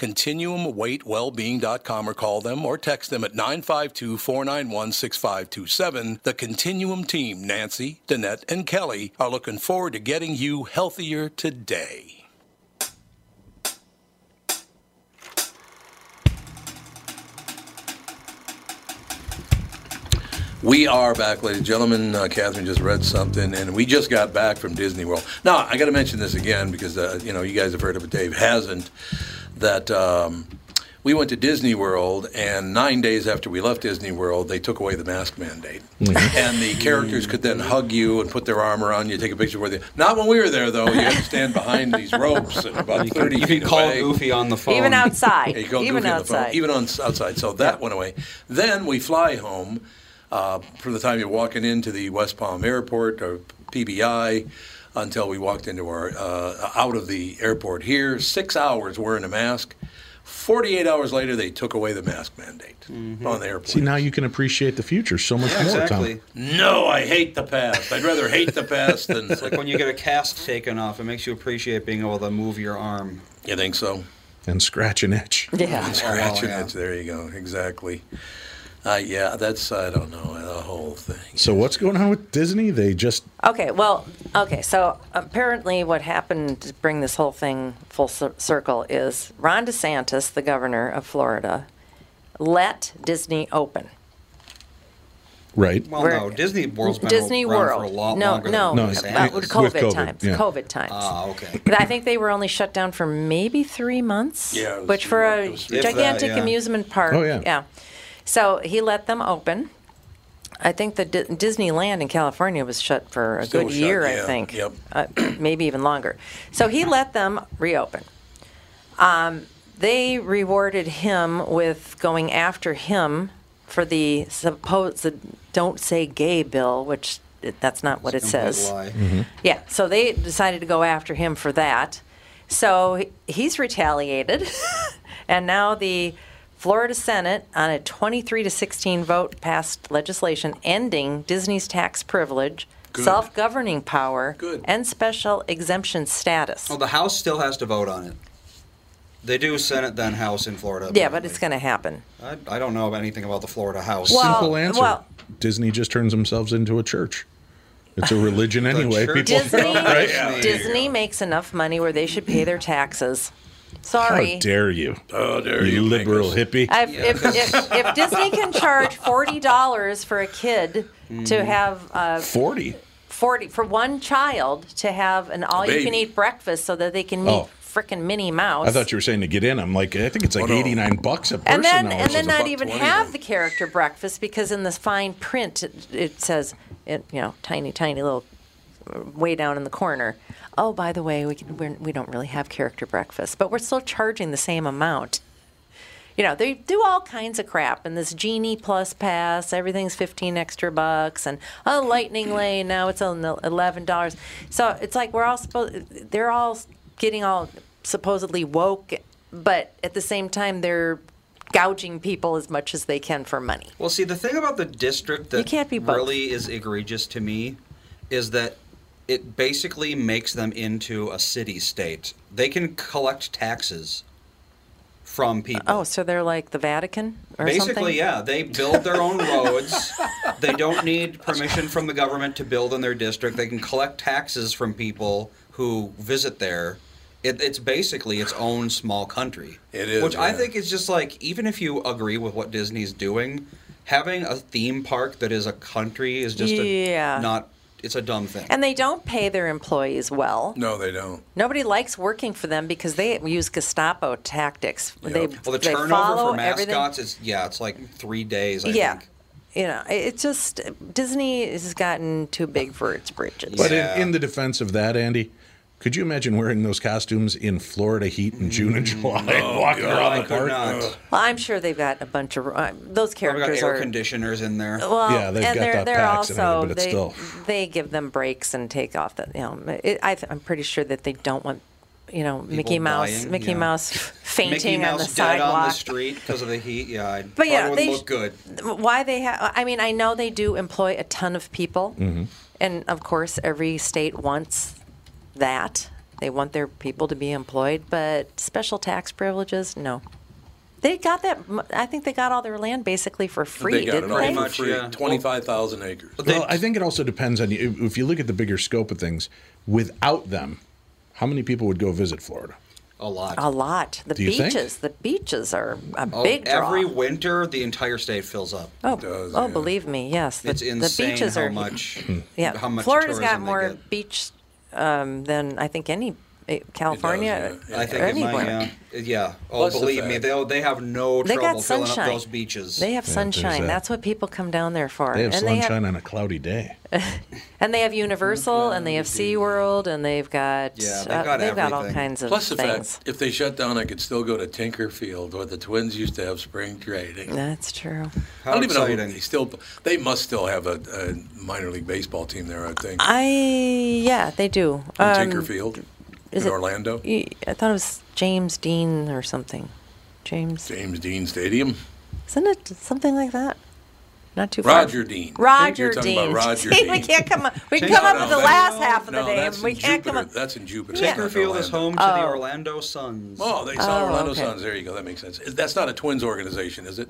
C: ContinuumWeightWellbeing.com or call them or text them at 952 491 6527. The Continuum team, Nancy, Danette, and Kelly, are looking forward to getting you healthier today. We are back, ladies and gentlemen. Uh, Catherine just read something, and we just got back from Disney World. Now, I got to mention this again because, uh, you know, you guys have heard of it, Dave hasn't that um, we went to Disney World, and nine days after we left Disney World, they took away the mask mandate,
B: Mm-hmm.
C: and the characters could then hug you and put their arm around you, take a picture with you. Not when we were there, though. You had to stand behind these ropes and about thirty
B: You
C: feet
B: can call
C: away.
B: Goofy on the phone.
A: Even outside.
C: Yeah, you call
A: even
C: Goofy on the phone,
A: outside.
C: even on outside. So that went away. Then we fly home. Uh, from the time you're walking into the West Palm Airport or PBI until we walked into our uh, out of the airport here, six hours wearing a mask. 48 hours later, they took away the mask mandate
A: Mm-hmm.
C: on the airport.
D: See, now you can appreciate the future so much
B: Yeah,
D: more,
B: exactly.
D: Tom.
C: no, I hate the past. I'd rather hate the past than
B: It's like when you get a cast taken off, it makes you appreciate being able to move your arm.
C: you think so.
D: And scratch and itch.
A: Oh, Yeah.
C: Scratch your
B: yeah.
C: itch. There you go. Exactly. Uh, yeah, that's I don't know the whole thing.
D: So what's going on with Disney? They just
A: Okay, well, okay, so apparently what happened to bring this whole thing full cir- circle is Ron DeSantis, the governor of Florida, let Disney open.
D: right.
B: Well,
A: We're-
B: no, Disney World's been
A: Disney
B: around
A: World.
B: for a lot
A: no,
B: longer
A: no,
B: than
D: No,
B: Los
D: it's-
A: about
B: Angeles.
A: COVID,
D: with COVID,
A: times.
D: yeah.
A: COVID times.
B: Ah, okay.
A: But I think they were only shut down for maybe three months.
C: Yeah, it was
A: which
C: three
A: for
C: months.
A: a
C: It was three
B: months.
A: gigantic
B: If that, yeah.
A: amusement park.
D: Oh, yeah.
A: So he let them open. I think the D- Disneyland in California was shut for a
C: Still
A: good
C: shut,
A: year. I
C: yeah,
A: think.
C: yep.
A: Uh, maybe even longer. So he let them reopen. Um, They rewarded him with going after him for the supposed "Don't Say Gay" bill, which that's not what it
B: Complete
A: says.
B: lie.
D: Mm-hmm.
A: Yeah, so they decided to go after him for that. So he- he's retaliated, and now the Florida Senate, on a 23 to 16 vote, passed legislation ending Disney's tax privilege,
C: Good.
A: self-governing power,
C: Good.
A: and special exemption status.
B: Well, the House still has to vote on it. They do Senate then House in Florida.
A: yeah, but it's going to happen.
B: to. I, I don't know anything about the Florida House.
A: Well,
D: Simple answer.
A: well-
D: Disney just turns themselves into a church. It's a religion anyway.
B: church.
D: People
A: Disney,
B: Right, yeah.
A: Disney makes enough money where they should pay their taxes. Sorry.
D: How dare you?
C: Oh, there
D: You liberal hippie.
A: I've- if, if, if Disney can charge forty dollars for a kid
B: Mm-hmm.
A: to have uh,
D: 40.
A: forty for one child to have an all-you-can-eat breakfast, so that they can meet
D: Oh.
A: frickin' Minnie Mouse.
D: I thought you were saying to get in. I'm like, I think it's like
C: Oh, no.
D: 89 bucks a person.
A: and then
D: now or
A: and then
D: something.
A: not
C: buck
A: even
C: 20
A: have
C: then.
A: the character breakfast because in this fine print it, it says it, you know tiny tiny little uh, way down in the corner oh by the way we can, we're, we don't really have character breakfast but we're still charging the same amount you know they do all kinds of crap and this genie plus pass everything's 15 extra bucks and oh lightning lane now it's on the 11 dollars so it's like we're all supposed they're all getting all supposedly woke but at the same time they're gouging people as much as they can for money
B: Well, see, the thing about the district
A: You
B: that
A: can't be both.
B: really is egregious to me is that it basically makes them into a city state. They can collect taxes from people.
A: oh so they're like the vatican or
B: Basically,
A: something
B: yeah, they build their own roads. They don't need permission from the government to build in their district. They can collect taxes from people who visit there. It, it's basically its own small country.
C: It is,
B: which I
C: yeah.
B: think is just like even if you agree with what Disney's doing, having a theme park that is a country is just
A: Yeah.
B: a, not. It's a dumb thing.
A: and they don't pay their employees well
C: No, they don't.
A: Nobody likes working for them because they use Gestapo tactics. They,
B: well, the
A: they
B: turnover
A: follow
B: for
A: everything.
B: mascots is yeah, it's like three days. I
A: yeah.
B: think.
A: You know, it- it's just Disney has gotten too big for its britches.
D: But
B: Yeah.
D: in, in the defense of that, Andy, could you imagine wearing those costumes in Florida heat in June and July, walking
B: Oh,
D: around
B: I
D: the
B: could
D: park?
B: not.
A: well, I'm sure they've got a bunch of uh, those
B: Probably got
A: characters
B: air
A: are.
B: conditioners in there.
A: well,
D: Yeah, they've
A: and
D: got
A: they're,
D: that
A: they're
D: packs and
A: also
D: everything, but it's
A: they,
D: still-
A: they give them breaks and take off the you know it, I th- I'm pretty sure that they don't want you know Mickey Mouse
B: dying,
A: Mickey
B: yeah.
A: Mouse fainting
B: Mickey Mouse
A: on the
B: dead
A: sidewalk
B: on the street because of the heat. Yeah, I'd
A: But
B: probably
A: yeah,
B: would
A: they
B: look
A: sh-
B: good.
A: why they have i mean i know they do employ a ton of people
D: Mm-hmm.
A: and of course every state wants that they want their people to be employed but special tax privileges no they got that m- i think they got all their land basically for free
C: they got
A: didn't
C: it all
A: they
C: for
B: much,
C: free.
B: yeah.
C: Twenty-five thousand acres.
D: Well, I think it also depends on you. If you look at the bigger scope of things, without them, how many people would go visit Florida?
B: A lot.
A: a lot the
D: Do you think?
A: beaches the beaches are a
B: Oh,
A: big draw.
B: every winter, the entire state fills up.
A: oh,
C: does,
A: oh
C: yeah.
A: believe me yes the,
B: it's insane
A: the beaches
B: how
A: are
B: much.
A: yeah
B: How much
A: florida's
B: tourism
A: got
B: they
A: more
B: get.
A: beach um, than i think any eh, California,
C: yeah.
B: I think
A: or
B: it might,
A: anywhere.
B: yeah. Yeah. Oh,
C: Plus the
B: believe me,
C: fact-
B: they they have no
A: They
B: trouble
A: got
B: filling
A: sunshine.
B: up those beaches.
A: They have sunshine.
D: that.
A: That's what people come down there for.
D: They have
A: and
D: sunshine
A: they have
D: on a cloudy day.
A: and they have Universal and they have SeaWorld and they've got
B: Yeah, they've
A: uh,
B: got
A: they've got all
B: everything.
A: kinds of
C: Plus the
A: things.
C: fact, if they shut down, I could still go to Tinkerfield, where the Twins used to have spring training.
A: That's true.
B: How
C: I don't even know.
B: exciting.
C: if They still, they must still have a, a minor league baseball team there. I think
A: I yeah, they do.
C: in
A: Um,
C: Tinkerfield,
A: is
C: in
A: it-
C: Orlando,
A: y- I thought it was James Dean or something. James,
C: James Dean Stadium.
A: isn't it something like that? Not too far.
C: Roger Dean. I think
A: Roger
C: you're talking
A: Dean.
C: about Roger
A: See,
C: Dean.
A: we can't come up. We can
B: Tinker-
A: come up
B: No,
A: with the
B: no,
A: last
B: no,
A: half of the
C: no,
A: day,
C: that's
A: and we
C: in
A: can't come
C: Jupiter.
A: up.
C: That's in Jupiter.
A: Yeah.
C: not in
B: Tinkerfield is
C: Orlando.
B: home to the Orlando Suns.
C: Oh, they saw
A: Oh,
C: Orlando
A: okay.
C: Suns. There you go. That makes sense. That's not a Twins organization, is it?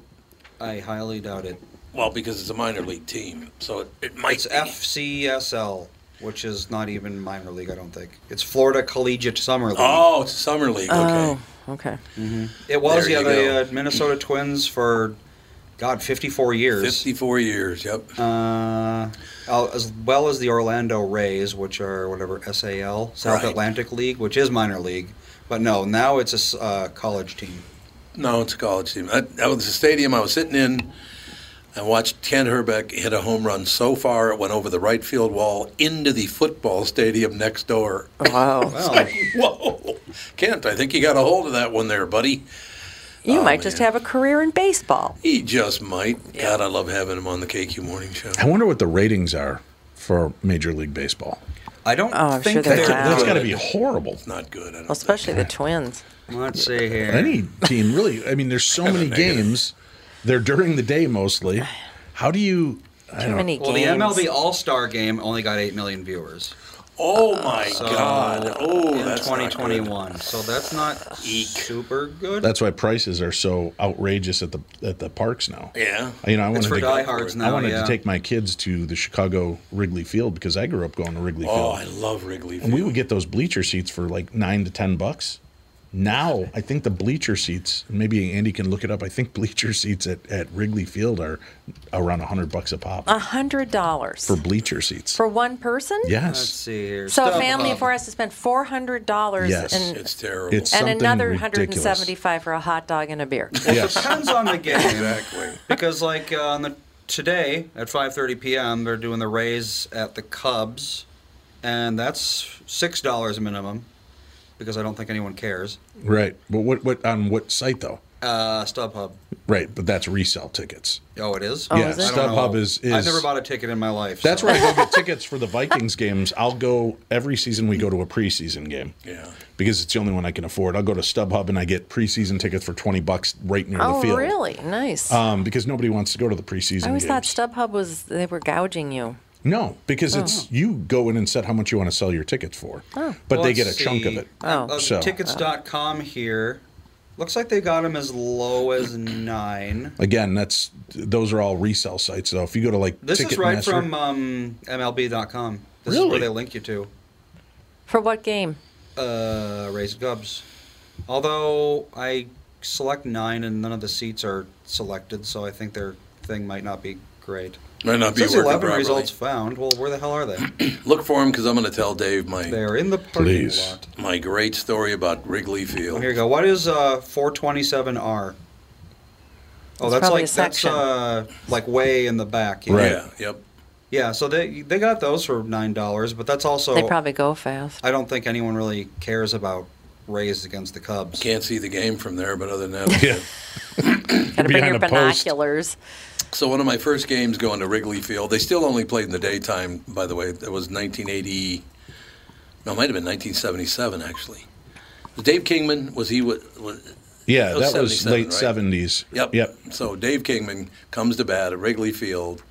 B: I highly doubt it.
C: Well, because it's a minor league team, so it, it
B: It's
C: might be.
B: FCSL, which is not even minor league, I don't think. It's Florida Collegiate Summer League.
C: Oh, it's summer league. Okay.
A: Oh, okay.
B: it was,
C: there
B: yeah,
C: you
B: the
C: go.
B: uh, Minnesota Twins for, God, 54 years.
C: 54 years. Yep.
B: Uh, al- as well as the Orlando Rays, which are whatever, SAL, South
C: Right.
B: Atlantic League, which is minor league. But no, now it's a s- uh, college team.
C: No, it's a college team. I, I was a stadium. I was sitting in. I watched Ken Herbeck hit a home run so far it went over the right field wall into the football stadium next door.
A: Wow.
B: Well,
C: Whoa, Kent! I think you got a hold of that one there, buddy.
A: You
C: Oh,
A: might just
C: man.
A: have a career in baseball.
C: He just might. God, I love having him on the KQ Morning Show.
D: I wonder what the ratings are for Major League Baseball.
B: I don't
A: Oh, I'm
B: think
A: sure they're
B: they're
A: down.
D: That's
C: Wow.
D: got to be horrible.
C: Not good. I don't
A: Well, especially the twins.
B: Let's see here.
D: Any team, really. I mean, there's so many games. They're during the day mostly. How do you? I
A: Too
D: don't,
A: many
B: well, the
A: games.
B: MLB All Star game only got 8 million viewers
C: Oh my God! Oh,
B: in
C: that's not good.
B: 2021. So that's not super good.
D: That's why prices are so outrageous at the at the parks now.
C: Yeah.
D: You know, I
B: it's
D: wanted
B: for
D: to.
B: diehards now.
D: I wanted
B: yeah.
D: to take my kids to the Chicago Wrigley Field because I grew up going to Wrigley
C: Oh,
D: Field.
C: I love Wrigley Field.
D: and we would get those bleacher seats for like nine to ten bucks. Now I think the bleacher seats, maybe Andy can look it up. I think bleacher seats at, at Wrigley Field are around hundred bucks a pop
A: A hundred dollars
D: for bleacher seats.
A: for one person.
B: Let's
D: yes,
B: see here.
A: So a
B: StubHub.
A: family of four has to spend four hundred dollars
D: Yes.
A: and
C: it's terrible.
D: it's
A: and
D: something
A: another hundred and
D: ridiculous.
A: seventy-five for a hot dog and a beer.
D: Yes,
B: Depends on the game.
C: exactly.
B: Because like uh, on the today at 5:30 p.m. they're doing the Rays at the Cubs, and that's six dollars minimum. Because I don't think anyone cares.
D: right. But what what on what site though?
B: Uh, StubHub.
D: Right, but that's resale tickets.
B: Oh, it is.
D: Yeah,
A: is it?
B: I don't know.
D: StubHub is-
B: I've
D: is-
B: never bought a ticket in my life.
D: That's
B: so.
D: where I go get tickets for the Vikings games. I'll go every season. We go to a preseason game.
C: Yeah.
D: Because it's the only one I can afford. I'll go to StubHub and I get preseason tickets for twenty bucks right near
A: oh,
D: the field.
A: really? Nice.
D: Um, because nobody wants to go to the preseason.
A: I always thought
D: games.
A: StubHub was they were gouging you.
D: No, because it's you go in and set how much you want to sell your tickets for, but
B: Well,
D: they get a
B: let's
D: chunk of
B: see.
D: it.
A: Oh.
B: Uh,
D: So-
B: Tickets.com here. Looks like they got them as low as nine.
D: Again, that's those are all resale sites. So if you go to like
B: This is right
D: Ticketmaster-
C: uh,
B: from um, MLB.com. This is where
D: Really?
B: they link you to.
A: For what game?
B: Uh, raised Gubs. Although I select nine and none of the seats are selected, so I think their thing might not be great.
C: Might not
B: It
C: be
B: says
C: working
B: 11
C: properly.
B: results found. Well, where the hell are they?
C: Look for him because I'm going to tell Dave my
B: They're in the parking
D: Please.
B: lot.
C: my great story about Wrigley
B: Oh,
C: Field.
B: here you go. What is uh, 427R? Oh,
A: That's
B: that's,
A: probably
B: like
A: a
B: that's
A: section.
B: uh, like way in the back. you know?
D: Right.
C: Yeah. Yep.
B: Yeah. So they they got those for nine dollars, but that's also
A: They probably go fast.
B: I don't think anyone really cares about Rays against the Cubs.
C: Can't see the game from there, but other than that.
D: Yeah.
A: Got to bring your
D: behind a post.
A: binoculars.
C: So one of my first games going to Wrigley Field. They still only played in the daytime, by the way. That was 1980. No, it might have been 1977 actually. Dave Kingman was he wa- was
D: yeah,
C: Those
D: that was
C: 77,
D: late
C: Oh, right?
D: seventies.
C: Yep.
D: Yep.
C: So Dave Kingman comes to bat at Wrigley Field.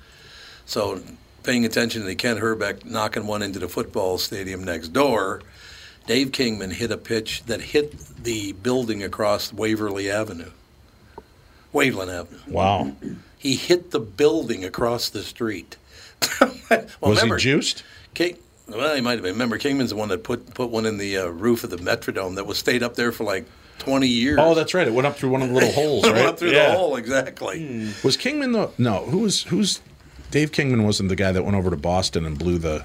C: So paying attention to Ken Herbeck knocking one into the football stadium next door, Dave Kingman hit a pitch that hit the building across Waverly Avenue. Waveland Avenue.
D: Wow.
C: He hit the building across the street. well,
D: Was
C: remember,
D: he juiced?
C: King, well, he might have been. Remember, Kingman's the one that put put one in the uh, roof of the Metrodome that was stayed up there for like 20 years.
D: Oh, that's right. It went up through one of the little holes,
C: Went
D: right?
C: up through
D: Yeah. Hmm.
C: the hole, exactly.
D: Was Kingman the no? Who was who's? Dave Kingman wasn't the guy that went over to Boston and blew the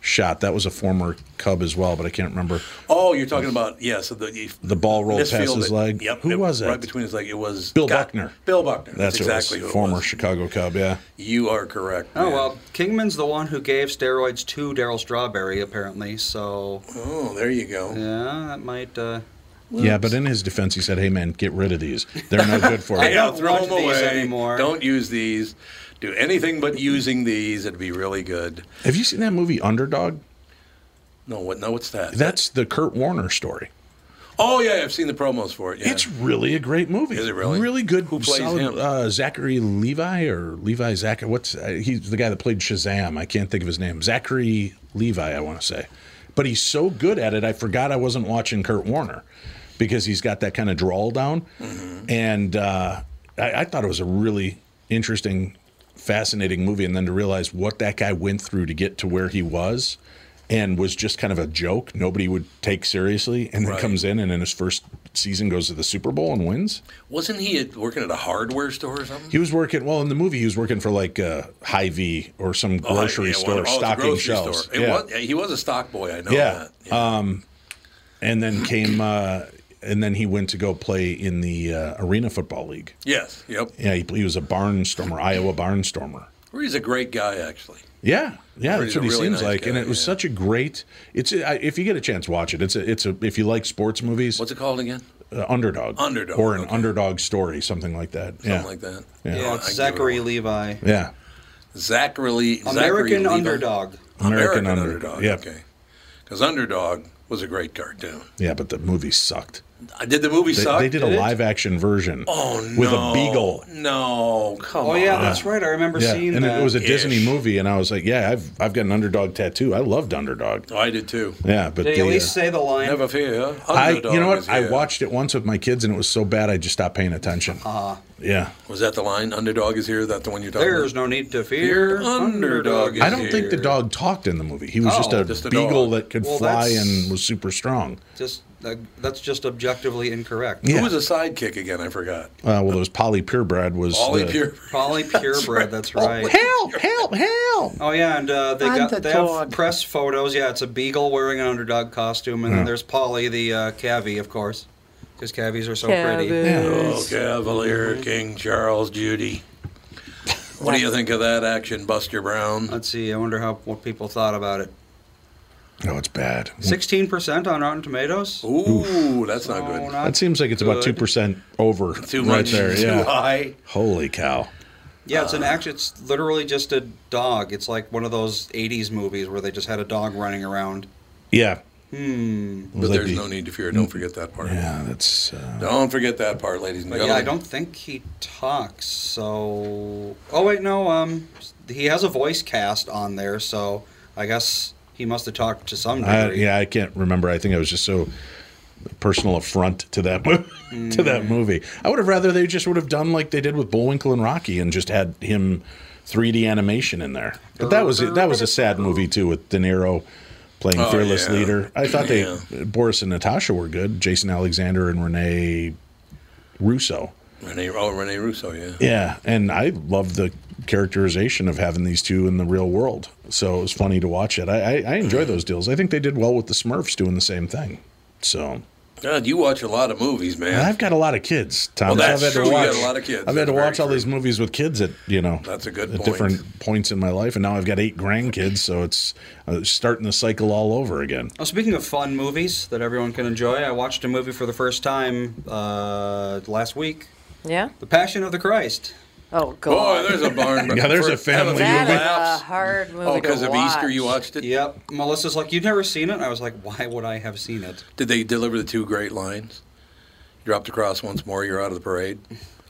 D: shot. That was a former Cub as well, but I can't remember.
C: Oh, you're talking about yes, the you
D: The ball rolled past
C: misfielded.
D: his leg.
C: Yep,
D: Who was
C: Right
D: it?
C: between his leg. It was
D: Bill
C: God,
D: Buckner.
C: Bill Buckner.
D: That's
C: That's, exactly who
D: who it was.
C: it
D: former
C: was.
D: Chicago Cub. Yeah.
C: You are correct.
B: Oh
C: man.
B: well, Kingman's the one who gave steroids to Daryl Strawberry, apparently. So
C: Oh, there you go.
B: yeah, that might. Uh,
D: Yeah, but in his defense, he said, "Hey man, get rid of these. They're no good for
B: I
D: you."
B: know.
C: Don't throw
B: Don't
C: them
B: touch these
C: away
B: anymore.
C: Don't use these. Do anything but using these. It'd be really good.
D: Have you seen that movie Underdog?
C: No, what? No, what's that?
D: That's the Kurt Warner story.
C: Oh yeah, I've seen the promos for it. Yeah.
D: It's really a great movie.
C: Is it really?
D: Really good.
C: Who plays
D: solid,
C: him?
D: Uh, Zachary Levi or Levi Zachary? What's uh, he's the guy that played Shazam? I can't think of his name. Zachary Levi, I want to say, but he's so good at it. I forgot I wasn't watching Kurt Warner because he's got that kind of drawl down,
C: Mm-hmm.
D: and uh, I, I thought it was a really interesting, fascinating movie. And then to realize what that guy went through to get to where he was. And was just kind of a joke. Nobody would take seriously, and then
C: Right.
D: comes in and in his first season goes to the Super Bowl and wins.
C: Wasn't he at, working at a hardware store or something?
D: He was working well in the movie. He was working for like uh, High V or some
C: Oh,
D: grocery
C: yeah,
D: store
C: one- oh, it's a
D: stocking
C: grocery
D: shelves.
C: store. It
D: yeah,
C: was- he was a stock boy. I know
D: Yeah.
C: that.
D: and then came uh, and then he went to go play in the uh, Arena Football League.
C: yes. Yep.
D: Yeah, he, he was a barnstormer, Iowa barnstormer.
C: He's a great guy, actually.
D: Yeah, yeah,
C: He's
D: that's
C: a
D: what
C: really
D: he
C: nice
D: seems like. and
C: guy,
D: it was
C: yeah.
D: such a great. It's I, if you get a chance, watch it. It's a it's a if you like sports movies,
C: What's it called again? Something
D: uh, underdog,
C: Underdog,
D: or an
C: okay.
D: underdog story, something like that. yeah,
C: like that.
D: Yeah.
B: yeah,
C: I
B: oh, it's
C: can give it
B: Zachary
C: a-
B: Levi,
D: yeah.
C: Zachary. Lee- Zachary
B: American
C: Levi.
B: underdog.
C: American,
D: American
C: underdog.
D: Underdog, yeah.
C: Okay. Because underdog was a great cartoon.
D: Yeah, but the movie sucked.
C: I did the movie
D: They,
C: suck.
D: they did a
C: it?
D: live action version
C: Oh no!
D: with a beagle
C: No, come
B: Oh
C: on.
B: yeah, that's right. I remember
D: Yeah,
B: seeing
D: and
B: that.
D: it was a
C: Ish.
D: Disney movie, and I was like, yeah, I've I've got an underdog tattoo. I loved underdog.
C: Oh, I did too.
D: Yeah, but
B: Did he
D: the,
B: at least
D: uh,
B: say the line?
C: Never fear.
D: I
C: Underdog
D: you know what
C: is
D: I
C: here.
D: watched it once with my kids, and it was so bad I just stopped paying attention.
C: Uh-huh.
D: Uh, yeah,
C: Was that the line? Underdog is here. Is that the one you're talking
B: There's
C: about?
B: no need to fear.
C: Underdog is
D: I don't think the
C: here.
D: dog talked in the movie. He was
B: Oh,
D: just a
C: just a
D: beagle
C: dog.
D: that could
B: Well,
D: fly
B: that's-
D: and was super strong.
B: Just uh, that's just objectively incorrect.
D: Yeah.
C: Who was a sidekick again? I forgot.
D: Uh, well, it was Polly Purebred was
C: Ollie
D: the, Oh,
C: Pure.
B: Probably purebred. That's right.
D: Help! Help! Help!
B: Oh yeah, and uh, they got they have
A: Underdog.
B: press photos. Yeah, it's a beagle wearing an underdog costume, and then there's Polly the uh, cavy, of course, because cavies are so pretty.
C: Oh, Cavalier King Charles Judy. What do you think of that action, Buster Brown?
B: Let's see. I wonder how what people thought about it.
D: No, it's bad.
B: Sixteen percent on Rotten Tomatoes.
C: Ooh, that's not
B: Oh,
C: good.
B: not
D: That seems like it's about two
B: good.
D: percent over
C: Too
D: right
C: much.
D: there. Yeah.
C: Too high.
D: Holy cow!
B: Yeah, it's an action. It's literally just a dog. It's like one of those '80s movies where they just had a dog running around.
D: Yeah.
C: But there's no need to fear. Don't forget that part.
D: Yeah, that's. Uh,
C: Don't forget that part, ladies and
B: But
C: gentlemen.
B: yeah, I don't think he talks. So, oh wait, no. Um, he has a voice cast on there, so I guess he must have talked to some degree.
D: I, Uh, yeah, I can't remember. I think I was just so personal affront to that mo- to that
C: Mm.
D: movie. I would have rather they just would have done like they did with Bullwinkle and Rocky and just had him 3D animation in there. But that was that was a sad movie too with De Niro playing
C: Oh,
D: fearless
C: yeah.
D: leader. I thought they
C: Yeah.
D: Boris and Natasha were good. Jason Alexander and Renee Russo.
C: Rene, oh, Rene Russo, yeah.
D: Yeah, and I love the characterization of having these two in the real world. So it was funny to watch it. I, I, I enjoy those deals. I think they did well with the Smurfs doing the same thing. So
C: God, you watch a lot of movies, man.
D: and I've got a lot of kids, Tom.
C: Well,
D: so
C: that's
D: I've had
C: true.
D: to
C: You got
D: watch
C: a lot of kids.
D: I've had to
C: That's
D: watch all
C: very
D: these movies with kids at you know.
C: That's a good
D: at
C: point.
D: different points in my life, and now I've got eight grandkids, so it's uh, starting the cycle all over again.
B: Oh, speaking of fun movies that everyone can enjoy, I watched a movie for the first time uh, last week,
A: Yeah.
B: The Passion of the Christ.
A: Oh God.
C: Boy, there's a barn. burner.
D: Yeah, there's a
C: First-
D: family
A: That
C: having two
A: is
C: laughs.
A: a hard movie
C: Oh,
A: to
C: because of Easter, you
A: watch.
C: watched it.
B: Yep, Melissa's like, "You've never seen it?" And I was like, "Why would I have seen it?"
C: Did they deliver the two great lines? Dropped across once more, you're out of the parade.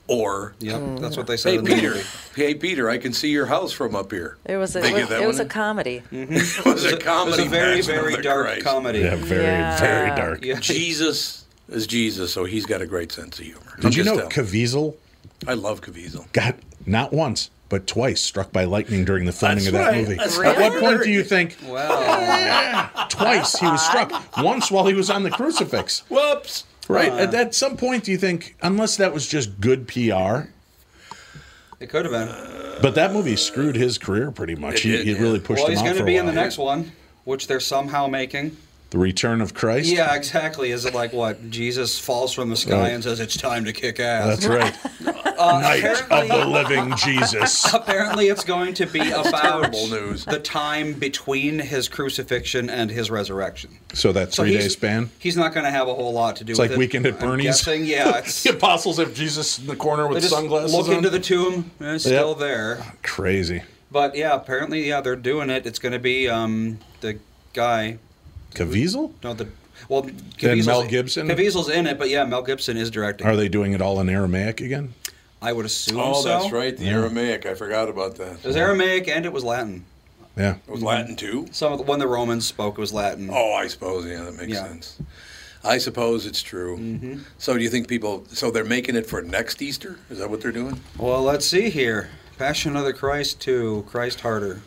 C: Or,
B: Yep, that's what they said.
C: hey
B: in the
C: Peter,
B: movie.
C: hey Peter, I can see your house from up here.
A: It was a,
C: They
A: it
C: give
A: was,
C: that
A: it was
C: one
A: a
C: in?
A: comedy.
C: It was a
B: It was
C: comedy.
B: a very,
C: Passion of
B: very
C: the
B: dark
C: Christ.
B: comedy.
D: Yeah, very,
A: Yeah.
D: very dark.
B: Yeah.
C: Jesus is Jesus, so he's got a great sense of humor. I'm
D: Did you
C: just
D: know
C: telling-
D: Caviezel
C: I love Caviezel.
D: got not once but twice struck by lightning during the filming
C: That's
D: of that
C: right.
D: movie?
C: That's
D: At what
C: right.
D: point do you think?
B: Wow.
D: Twice he was struck. Once while he was on the crucifix.
C: Whoops.
D: Right. at, at some point, do you think, unless that was just good PR,
B: it could have been.
D: but that movie screwed his career pretty much.
C: It
D: He,
C: did,
D: it
C: yeah.
D: really pushed
B: Well,
D: him
B: he's
D: out
B: going
D: for
B: to
D: a
B: be in the
D: while.
B: next one. which they're somehow making.
D: The return of Christ.
B: Yeah, exactly. Is it like what Jesus falls from the sky
D: Right.
B: and says it's time to kick ass?
D: That's right.
B: Uh,
D: Night of the
B: apparently-
D: living Jesus.
B: Apparently, it's going to be about
C: terrible news.
B: the time between his crucifixion and his resurrection.
D: So that
B: So
D: three day
B: he's-
D: span.
B: He's not going to have a whole lot to do.
D: It's
B: with
D: like
B: it,
D: Weekend
B: I'm
D: at Bernie's.
B: guessing. yeah, it's,
D: The apostles have Jesus in the corner
B: they
D: with
B: just
D: sunglasses
B: look
D: on.
B: into the tomb. and It's still
D: Yep.
B: there.
D: Crazy.
B: But yeah, apparently, yeah, they're doing it. It's going to be um, the guy.
D: Caviezel?
B: No, the well,
D: Then
B: Caviezel's-
D: Mel Gibson?
B: Caviezel's in it, but yeah, Mel Gibson is directing.
D: Are they doing it all in Aramaic again?
B: I would assume.
C: Oh,
B: so.
C: that's right. The Aramaic. I forgot about that.
B: It was Aramaic and it was Latin.
D: Yeah.
C: It was Latin too.
B: Some of the, when the Romans spoke, it was Latin.
C: Oh, I suppose. Yeah, that makes
B: Yeah. Mm-hmm.
C: sense. I suppose it's true. So, do you think people? So they're making it for next Easter? Is that what they're doing?
B: Well, let's see here. Passion of the Christ two, Christ harder.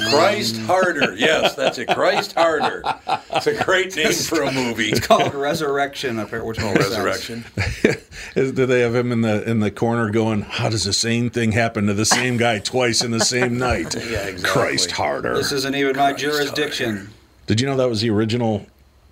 B: Um.
C: Christ Harder. Yes, that's it. Christ Harder. It's a great name for a movie.
B: It's
D: Oh.
B: called Oh, Resurrection. Apparently, which makes sense.
C: Resurrection.
D: Is, do they have him in the in the corner going? How does the same thing happen to the same guy twice in the same night?
C: Yeah, exactly.
D: Christ harder.
B: This isn't even my
C: Christ
B: jurisdiction.
D: Did you know that was the original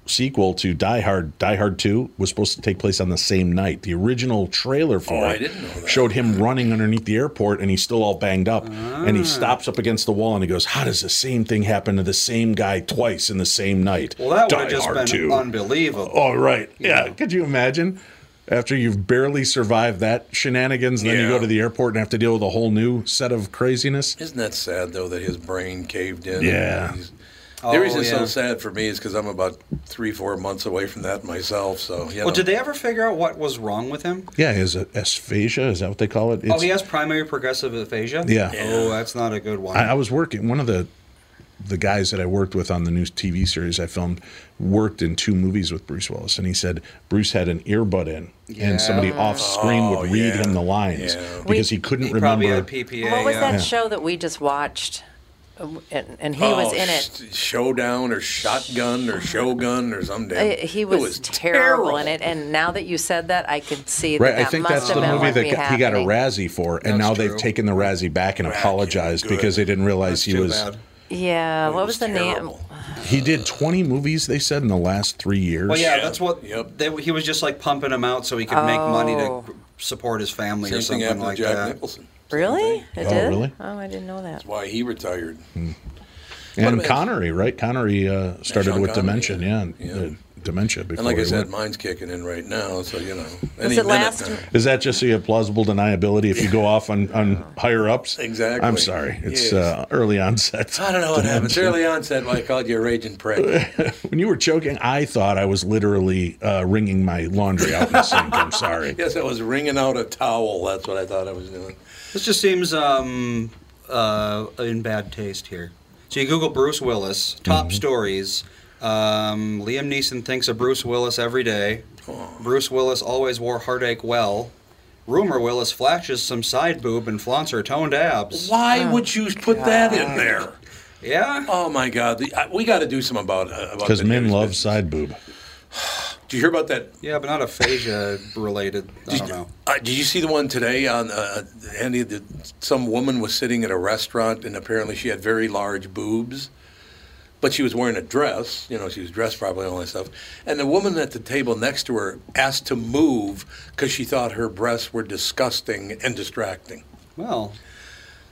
D: sequel to Die Hard? Die Hard Two was supposed to take place on the same night. The original trailer for
C: Oh, I
D: it
C: didn't know that.
D: showed him running underneath the airport, and he's still all banged up. And
C: Ah.
D: he stops up against the wall, and he goes, "How does the same thing happen to the same guy twice in the same night?"
B: Well, that would
D: Die
B: have just
D: Hard
B: been
D: 2."
B: unbelievable.
D: Oh, right. Yeah. Could you imagine? After you've barely survived that shenanigans, then you
C: Yeah.
D: go to the airport and have to deal with a whole new set of craziness.
C: Isn't that sad though that his brain caved in?
D: Yeah.
C: He's- The reason
B: Oh,
C: it's
B: yeah.
C: so sad for me is because I'm about three, four months away from that myself. So, you know.
B: Well, did they ever figure out what was wrong with him?
D: Yeah, is it asphasia? Is that what they call it? It's,
B: oh, he has primary progressive aphasia.
D: Yeah.
B: Oh, that's not a good one.
D: I, I was working. One of the the guys that I worked with on the new TV series I filmed worked in two movies with Bruce Willis, and he said Bruce had an earbud in, and somebody off screen would
C: Oh,
D: read
C: yeah.
D: him the lines
C: Yeah.
D: because
A: We-
D: he couldn't
B: he probably
D: remember.
B: had PPA.
A: What was
B: yeah.
A: that show that we just watched? Uh, And, and he was
C: Oh,
A: in it.
C: sh- Showdown or Shotgun or Shogun or something.
A: Uh, He was, terrible, in it, and now that you said that, I can see that
D: Right,
A: that
D: I think
A: must
D: that's
A: have
D: the
A: been
D: movie
A: what
D: that
A: we
D: got, he got a
A: happening.
D: Razzie for, and
B: That's
D: now they've
B: true.
D: taken the Razzie back and
C: Back, yeah,
D: apologized
C: good.
D: because they didn't realize
B: That's
D: he
B: too
D: was.
B: bad.
A: Yeah,
C: It
A: what was, the
C: terrible.
A: name?
D: He did 20 movies, they said, in the last three years.
B: Well, yeah, that's what
C: Yep.
B: they, he was just like pumping him out so he could make money
A: Oh.
B: to gr- support his family
C: Same
B: or
C: thing
B: something
C: happened
B: like
C: to Jack
B: that.
C: Nicholson. Same
A: Really?
C: thing.
A: It
D: Oh,
A: did?
D: really?
A: Oh, I didn't know that.
C: Why he retired.
D: And
C: But-
D: Connery, right? Connery uh, started
C: Sean
D: with
C: Connery,
D: dementia,
C: yeah.
D: yeah, and,
C: Yeah.
D: uh, dementia before.
C: And like I
D: he
C: said,
D: went.
C: mine's kicking in right now. So, you know.
A: Was
C: any
A: it
C: minute
A: last?
C: now.
D: Is that just so you have plausible deniability if you go off on, on higher ups?
C: Exactly.
D: I'm sorry. It's
C: Yes.
D: uh, early onset.
C: I don't know what happens. Early
D: dementia.
C: onset, why I called you a raging prick.
D: When you were choking, I thought I was literally uh, wringing my laundry out in the sink. I'm sorry.
C: yes, I was wringing out a towel. That's what I thought I was doing.
B: This just seems um, uh, in bad taste here. So you Google Bruce Willis, top
D: Mm-hmm.
B: stories. Um, Liam Neeson thinks of Bruce Willis every day. Bruce Willis always wore heartache well. Rumor Willis flashes some side boob and flaunts her toned abs.
A: Oh
C: Why would you put that in there?
B: Yeah.
C: Oh my God! The, I, we got to do some about uh, about
D: Because
C: the
D: men
C: news
D: love
C: business.
D: side boob.
C: Did you hear about that?
B: Yeah, but not aphasia related. I don't know.
C: Uh, did you see the one today on uh, Andy? The, some woman was sitting at a restaurant and apparently she had very large boobs, but she was wearing a dress. You know, she was dressed properly and all that stuff. And the woman at the table next to her asked to move because she thought her breasts were disgusting and distracting.
B: Well,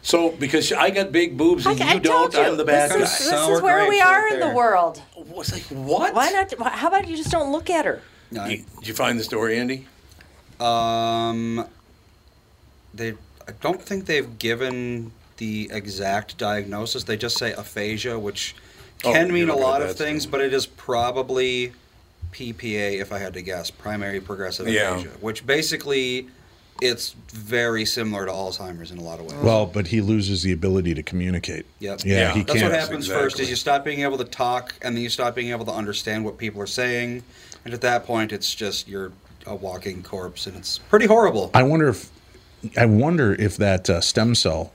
C: So because she, I got big boobs and
A: I, I
C: you don't,
A: told you.
C: I'm the bad
B: Kinda
A: this is,
C: guy.
A: this
B: sour
A: is where we
B: grapes
A: are
B: right
A: in the
B: there.
A: world.
C: I was like, what?
A: Why not? why- How about you just don't look at her?
C: Did you find the story, Andy?
B: Um, they. I don't think they've given the exact diagnosis. They just say aphasia, which
C: Oh,
B: can
C: you're
B: mean a
C: looking at
B: lot
C: that
B: of things,
C: still.
B: but it is probably PPA, if I had to guess, primary progressive
C: Yeah.
B: aphasia, which basically it's very similar to Alzheimer's in a lot of ways.
D: Well, but he loses the ability to communicate.
B: Yep.
D: Yeah,
C: Yeah.
D: he
B: That's
D: can't.
B: what happens first
C: exactly.
B: is you stop being able to talk and then you stop being able to understand what people are saying. And at that point it's just you're a walking corpse and it's pretty horrible.
D: I wonder if I wonder if that uh, stem cell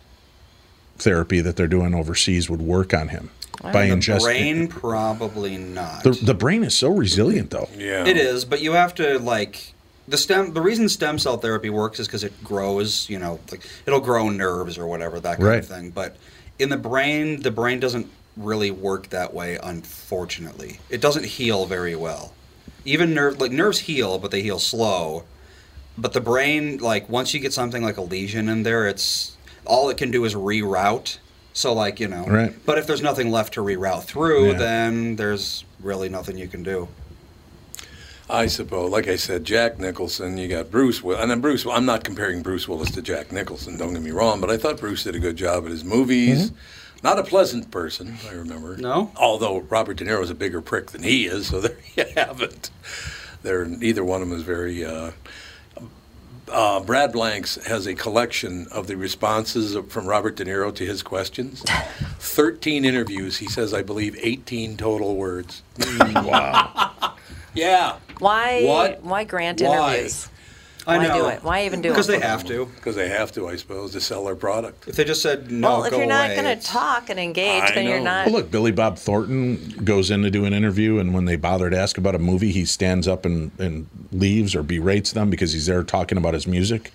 D: therapy that they're doing overseas would work on him by ingesting.
B: Brain probably not.
D: The, the brain is so resilient, though.
C: Yeah.
B: It is, but you have to like the stem. The reason stem cell therapy works is because it grows. You know, like it'll grow nerves or whatever that kind
D: Right.
B: of thing. But in the brain, the brain doesn't really work that way. Unfortunately, it doesn't heal very well. Even nerve like nerves heal, but they heal slow. But the brain, like once you get something like a lesion in there, it's all it can do is reroute. So like you know,
D: Right.
B: but if there's nothing left to reroute through,
D: Yeah.
B: then there's really nothing you can do.
C: I suppose, like I said, Jack Nicholson. You got Bruce, Will- and then Bruce. I'm not comparing Bruce Willis to Jack Nicholson. Don't get me wrong, but I thought Bruce did a good job at his movies. Not a pleasant person, I remember.
B: No?
C: Although Robert De Niro's a bigger prick than he is, so there you have it. There, neither one of them is very. Uh, uh, Brad Blanks has a collection of the responses of- from Robert De Niro to his questions. Thirteen interviews. He says, I believe, eighteen total words.
D: wow.
C: Yeah.
A: Why?
C: What?
A: Why grant
C: Why?
A: interviews?
B: I
A: why
B: know.
A: do it? Why even do
B: Because
A: it?
B: they have to.
C: Because they have to, I suppose, to sell their product.
B: If they just said no,
A: Well, if
B: go
A: you're not
B: away,
A: going to
B: it's-
A: talk and engage,
C: I
A: then you're
C: know.
A: not.
D: Well, look, Billy Bob Thornton goes in to do an interview, and when they bother to ask about a movie, he stands up and, and leaves or berates them because he's there talking about his music.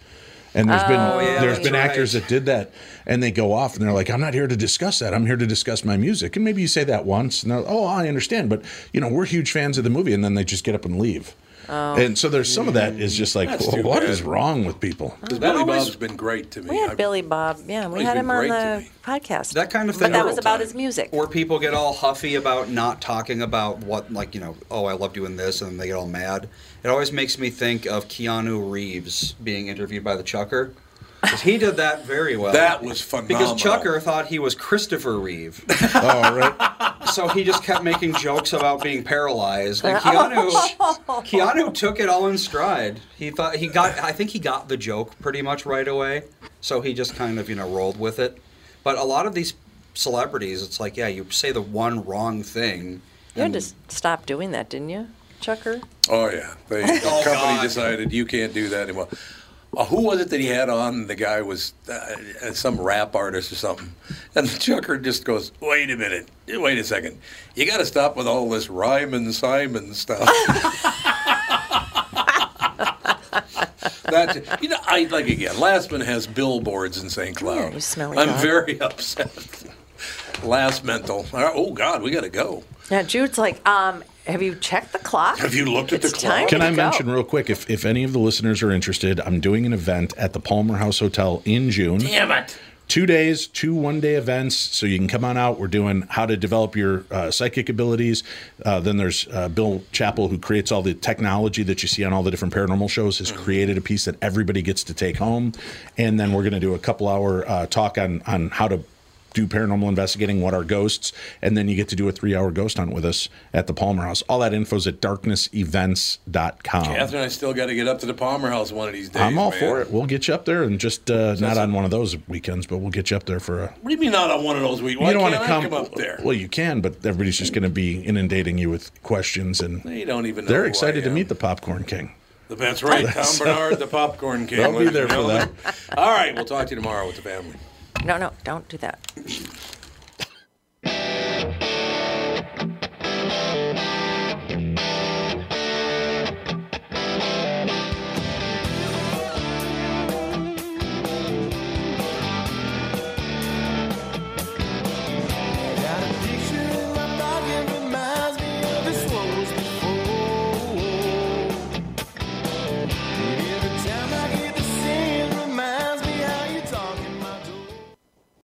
D: And there's been
B: yeah, that's
D: there's been
B: right.
D: actors that did that, and they go off and they're like, "I'm not here to discuss that. I'm here to discuss my music." And maybe you say that once, and they're, "Oh, I understand," but you know, we're huge fans of the movie, and then they just get up and leave. And so there's some of that is just like,
C: That's
D: "Wh-
C: too
D: what
C: bad.
D: is wrong with people?
C: Because
B: That
C: Billy
B: always-
C: Bob's been great to me.
A: we
C: I-
A: had Billy Bob. Yeah, we
C: He's
A: had
C: been
A: him on
C: great to
A: the
C: me.
A: podcast.
B: That kind of
A: But
B: thing.
A: that was about
C: Time.
A: his music.
B: Where people get all huffy about not talking about what, like, you know, oh, I loved you in this, and they get all mad. It always makes me think of Keanu Reeves being interviewed by the Chucker. 'Cause he did that very well.
C: That was phenomenal.
B: Because Chucker thought he was Christopher Reeve.
D: oh, right,
B: so he just kept making jokes about being paralyzed. And Keanu,
A: Oh.
B: Keanu took it all in stride. He thought he got. I think he got the joke pretty much right away. So he just kind of you know rolled with it. But a lot of these celebrities, it's like yeah, you say the one wrong thing.
A: you had to s-
C: Mm-hmm.
A: stop doing that, didn't you, Chucker?
C: Oh, yeah. They, the
B: Oh,
C: company
B: God.
C: decided you can't do that anymore. Uh, who was it that he had on? The guy was uh, uh, some rap artist or something. And Chucker just goes, wait a minute. Wait a second. You got to stop with all this rhyme and Simon stuff. That you know, I like again. Lastman has billboards in St. Cloud.
A: here, you smelly
C: I'm
A: dog.
C: very upset. Last mental. All right, Oh God, we got to go.
A: Yeah, Jude's like, um, have you checked the clock?
C: Have you looked at
A: It's
C: the clock?
A: time
D: Can
A: to
D: I
A: go.
D: mention real quick if, if any of the listeners are interested, I'm doing an event at the Palmer House Hotel in June.
C: Damn it.
D: Two days, two one day events. So you can come on out. We're doing how to develop your uh, psychic abilities. Uh, then there's uh, Bill Chappell, who creates all the technology that you see on all the different paranormal shows, has
C: Mm-hmm.
D: created a piece that everybody gets to take home. And then we're going to do a couple hour uh, talk on, on how to do paranormal investigating, what are ghosts, and then you get to do a three hour ghost hunt with us at the Palmer House. All that info is at darknessevents.com.
C: Catherine, I still got to get up to the Palmer House one of these days.
D: Oh. I'm all
C: man.
D: for it. We'll get you up there and just uh, not
C: that's
D: on one of those weekends, but we'll get you up there for a.
C: What do you mean not on one of those weeks? Why
D: you don't
C: can't
D: want to
C: I
D: come,
C: up there?
D: Well, you can, but everybody's just going to be inundating you with questions, and
C: they don't even. Know
D: they're
C: who I
D: excited to
C: am.
D: meet the Popcorn King.
C: That's right, Tom Bernard, the popcorn king.
D: I'll be
C: ladies
D: there
C: and
D: for
C: gentlemen. All right, we'll talk to you tomorrow with the family.
A: No, no, don't do that.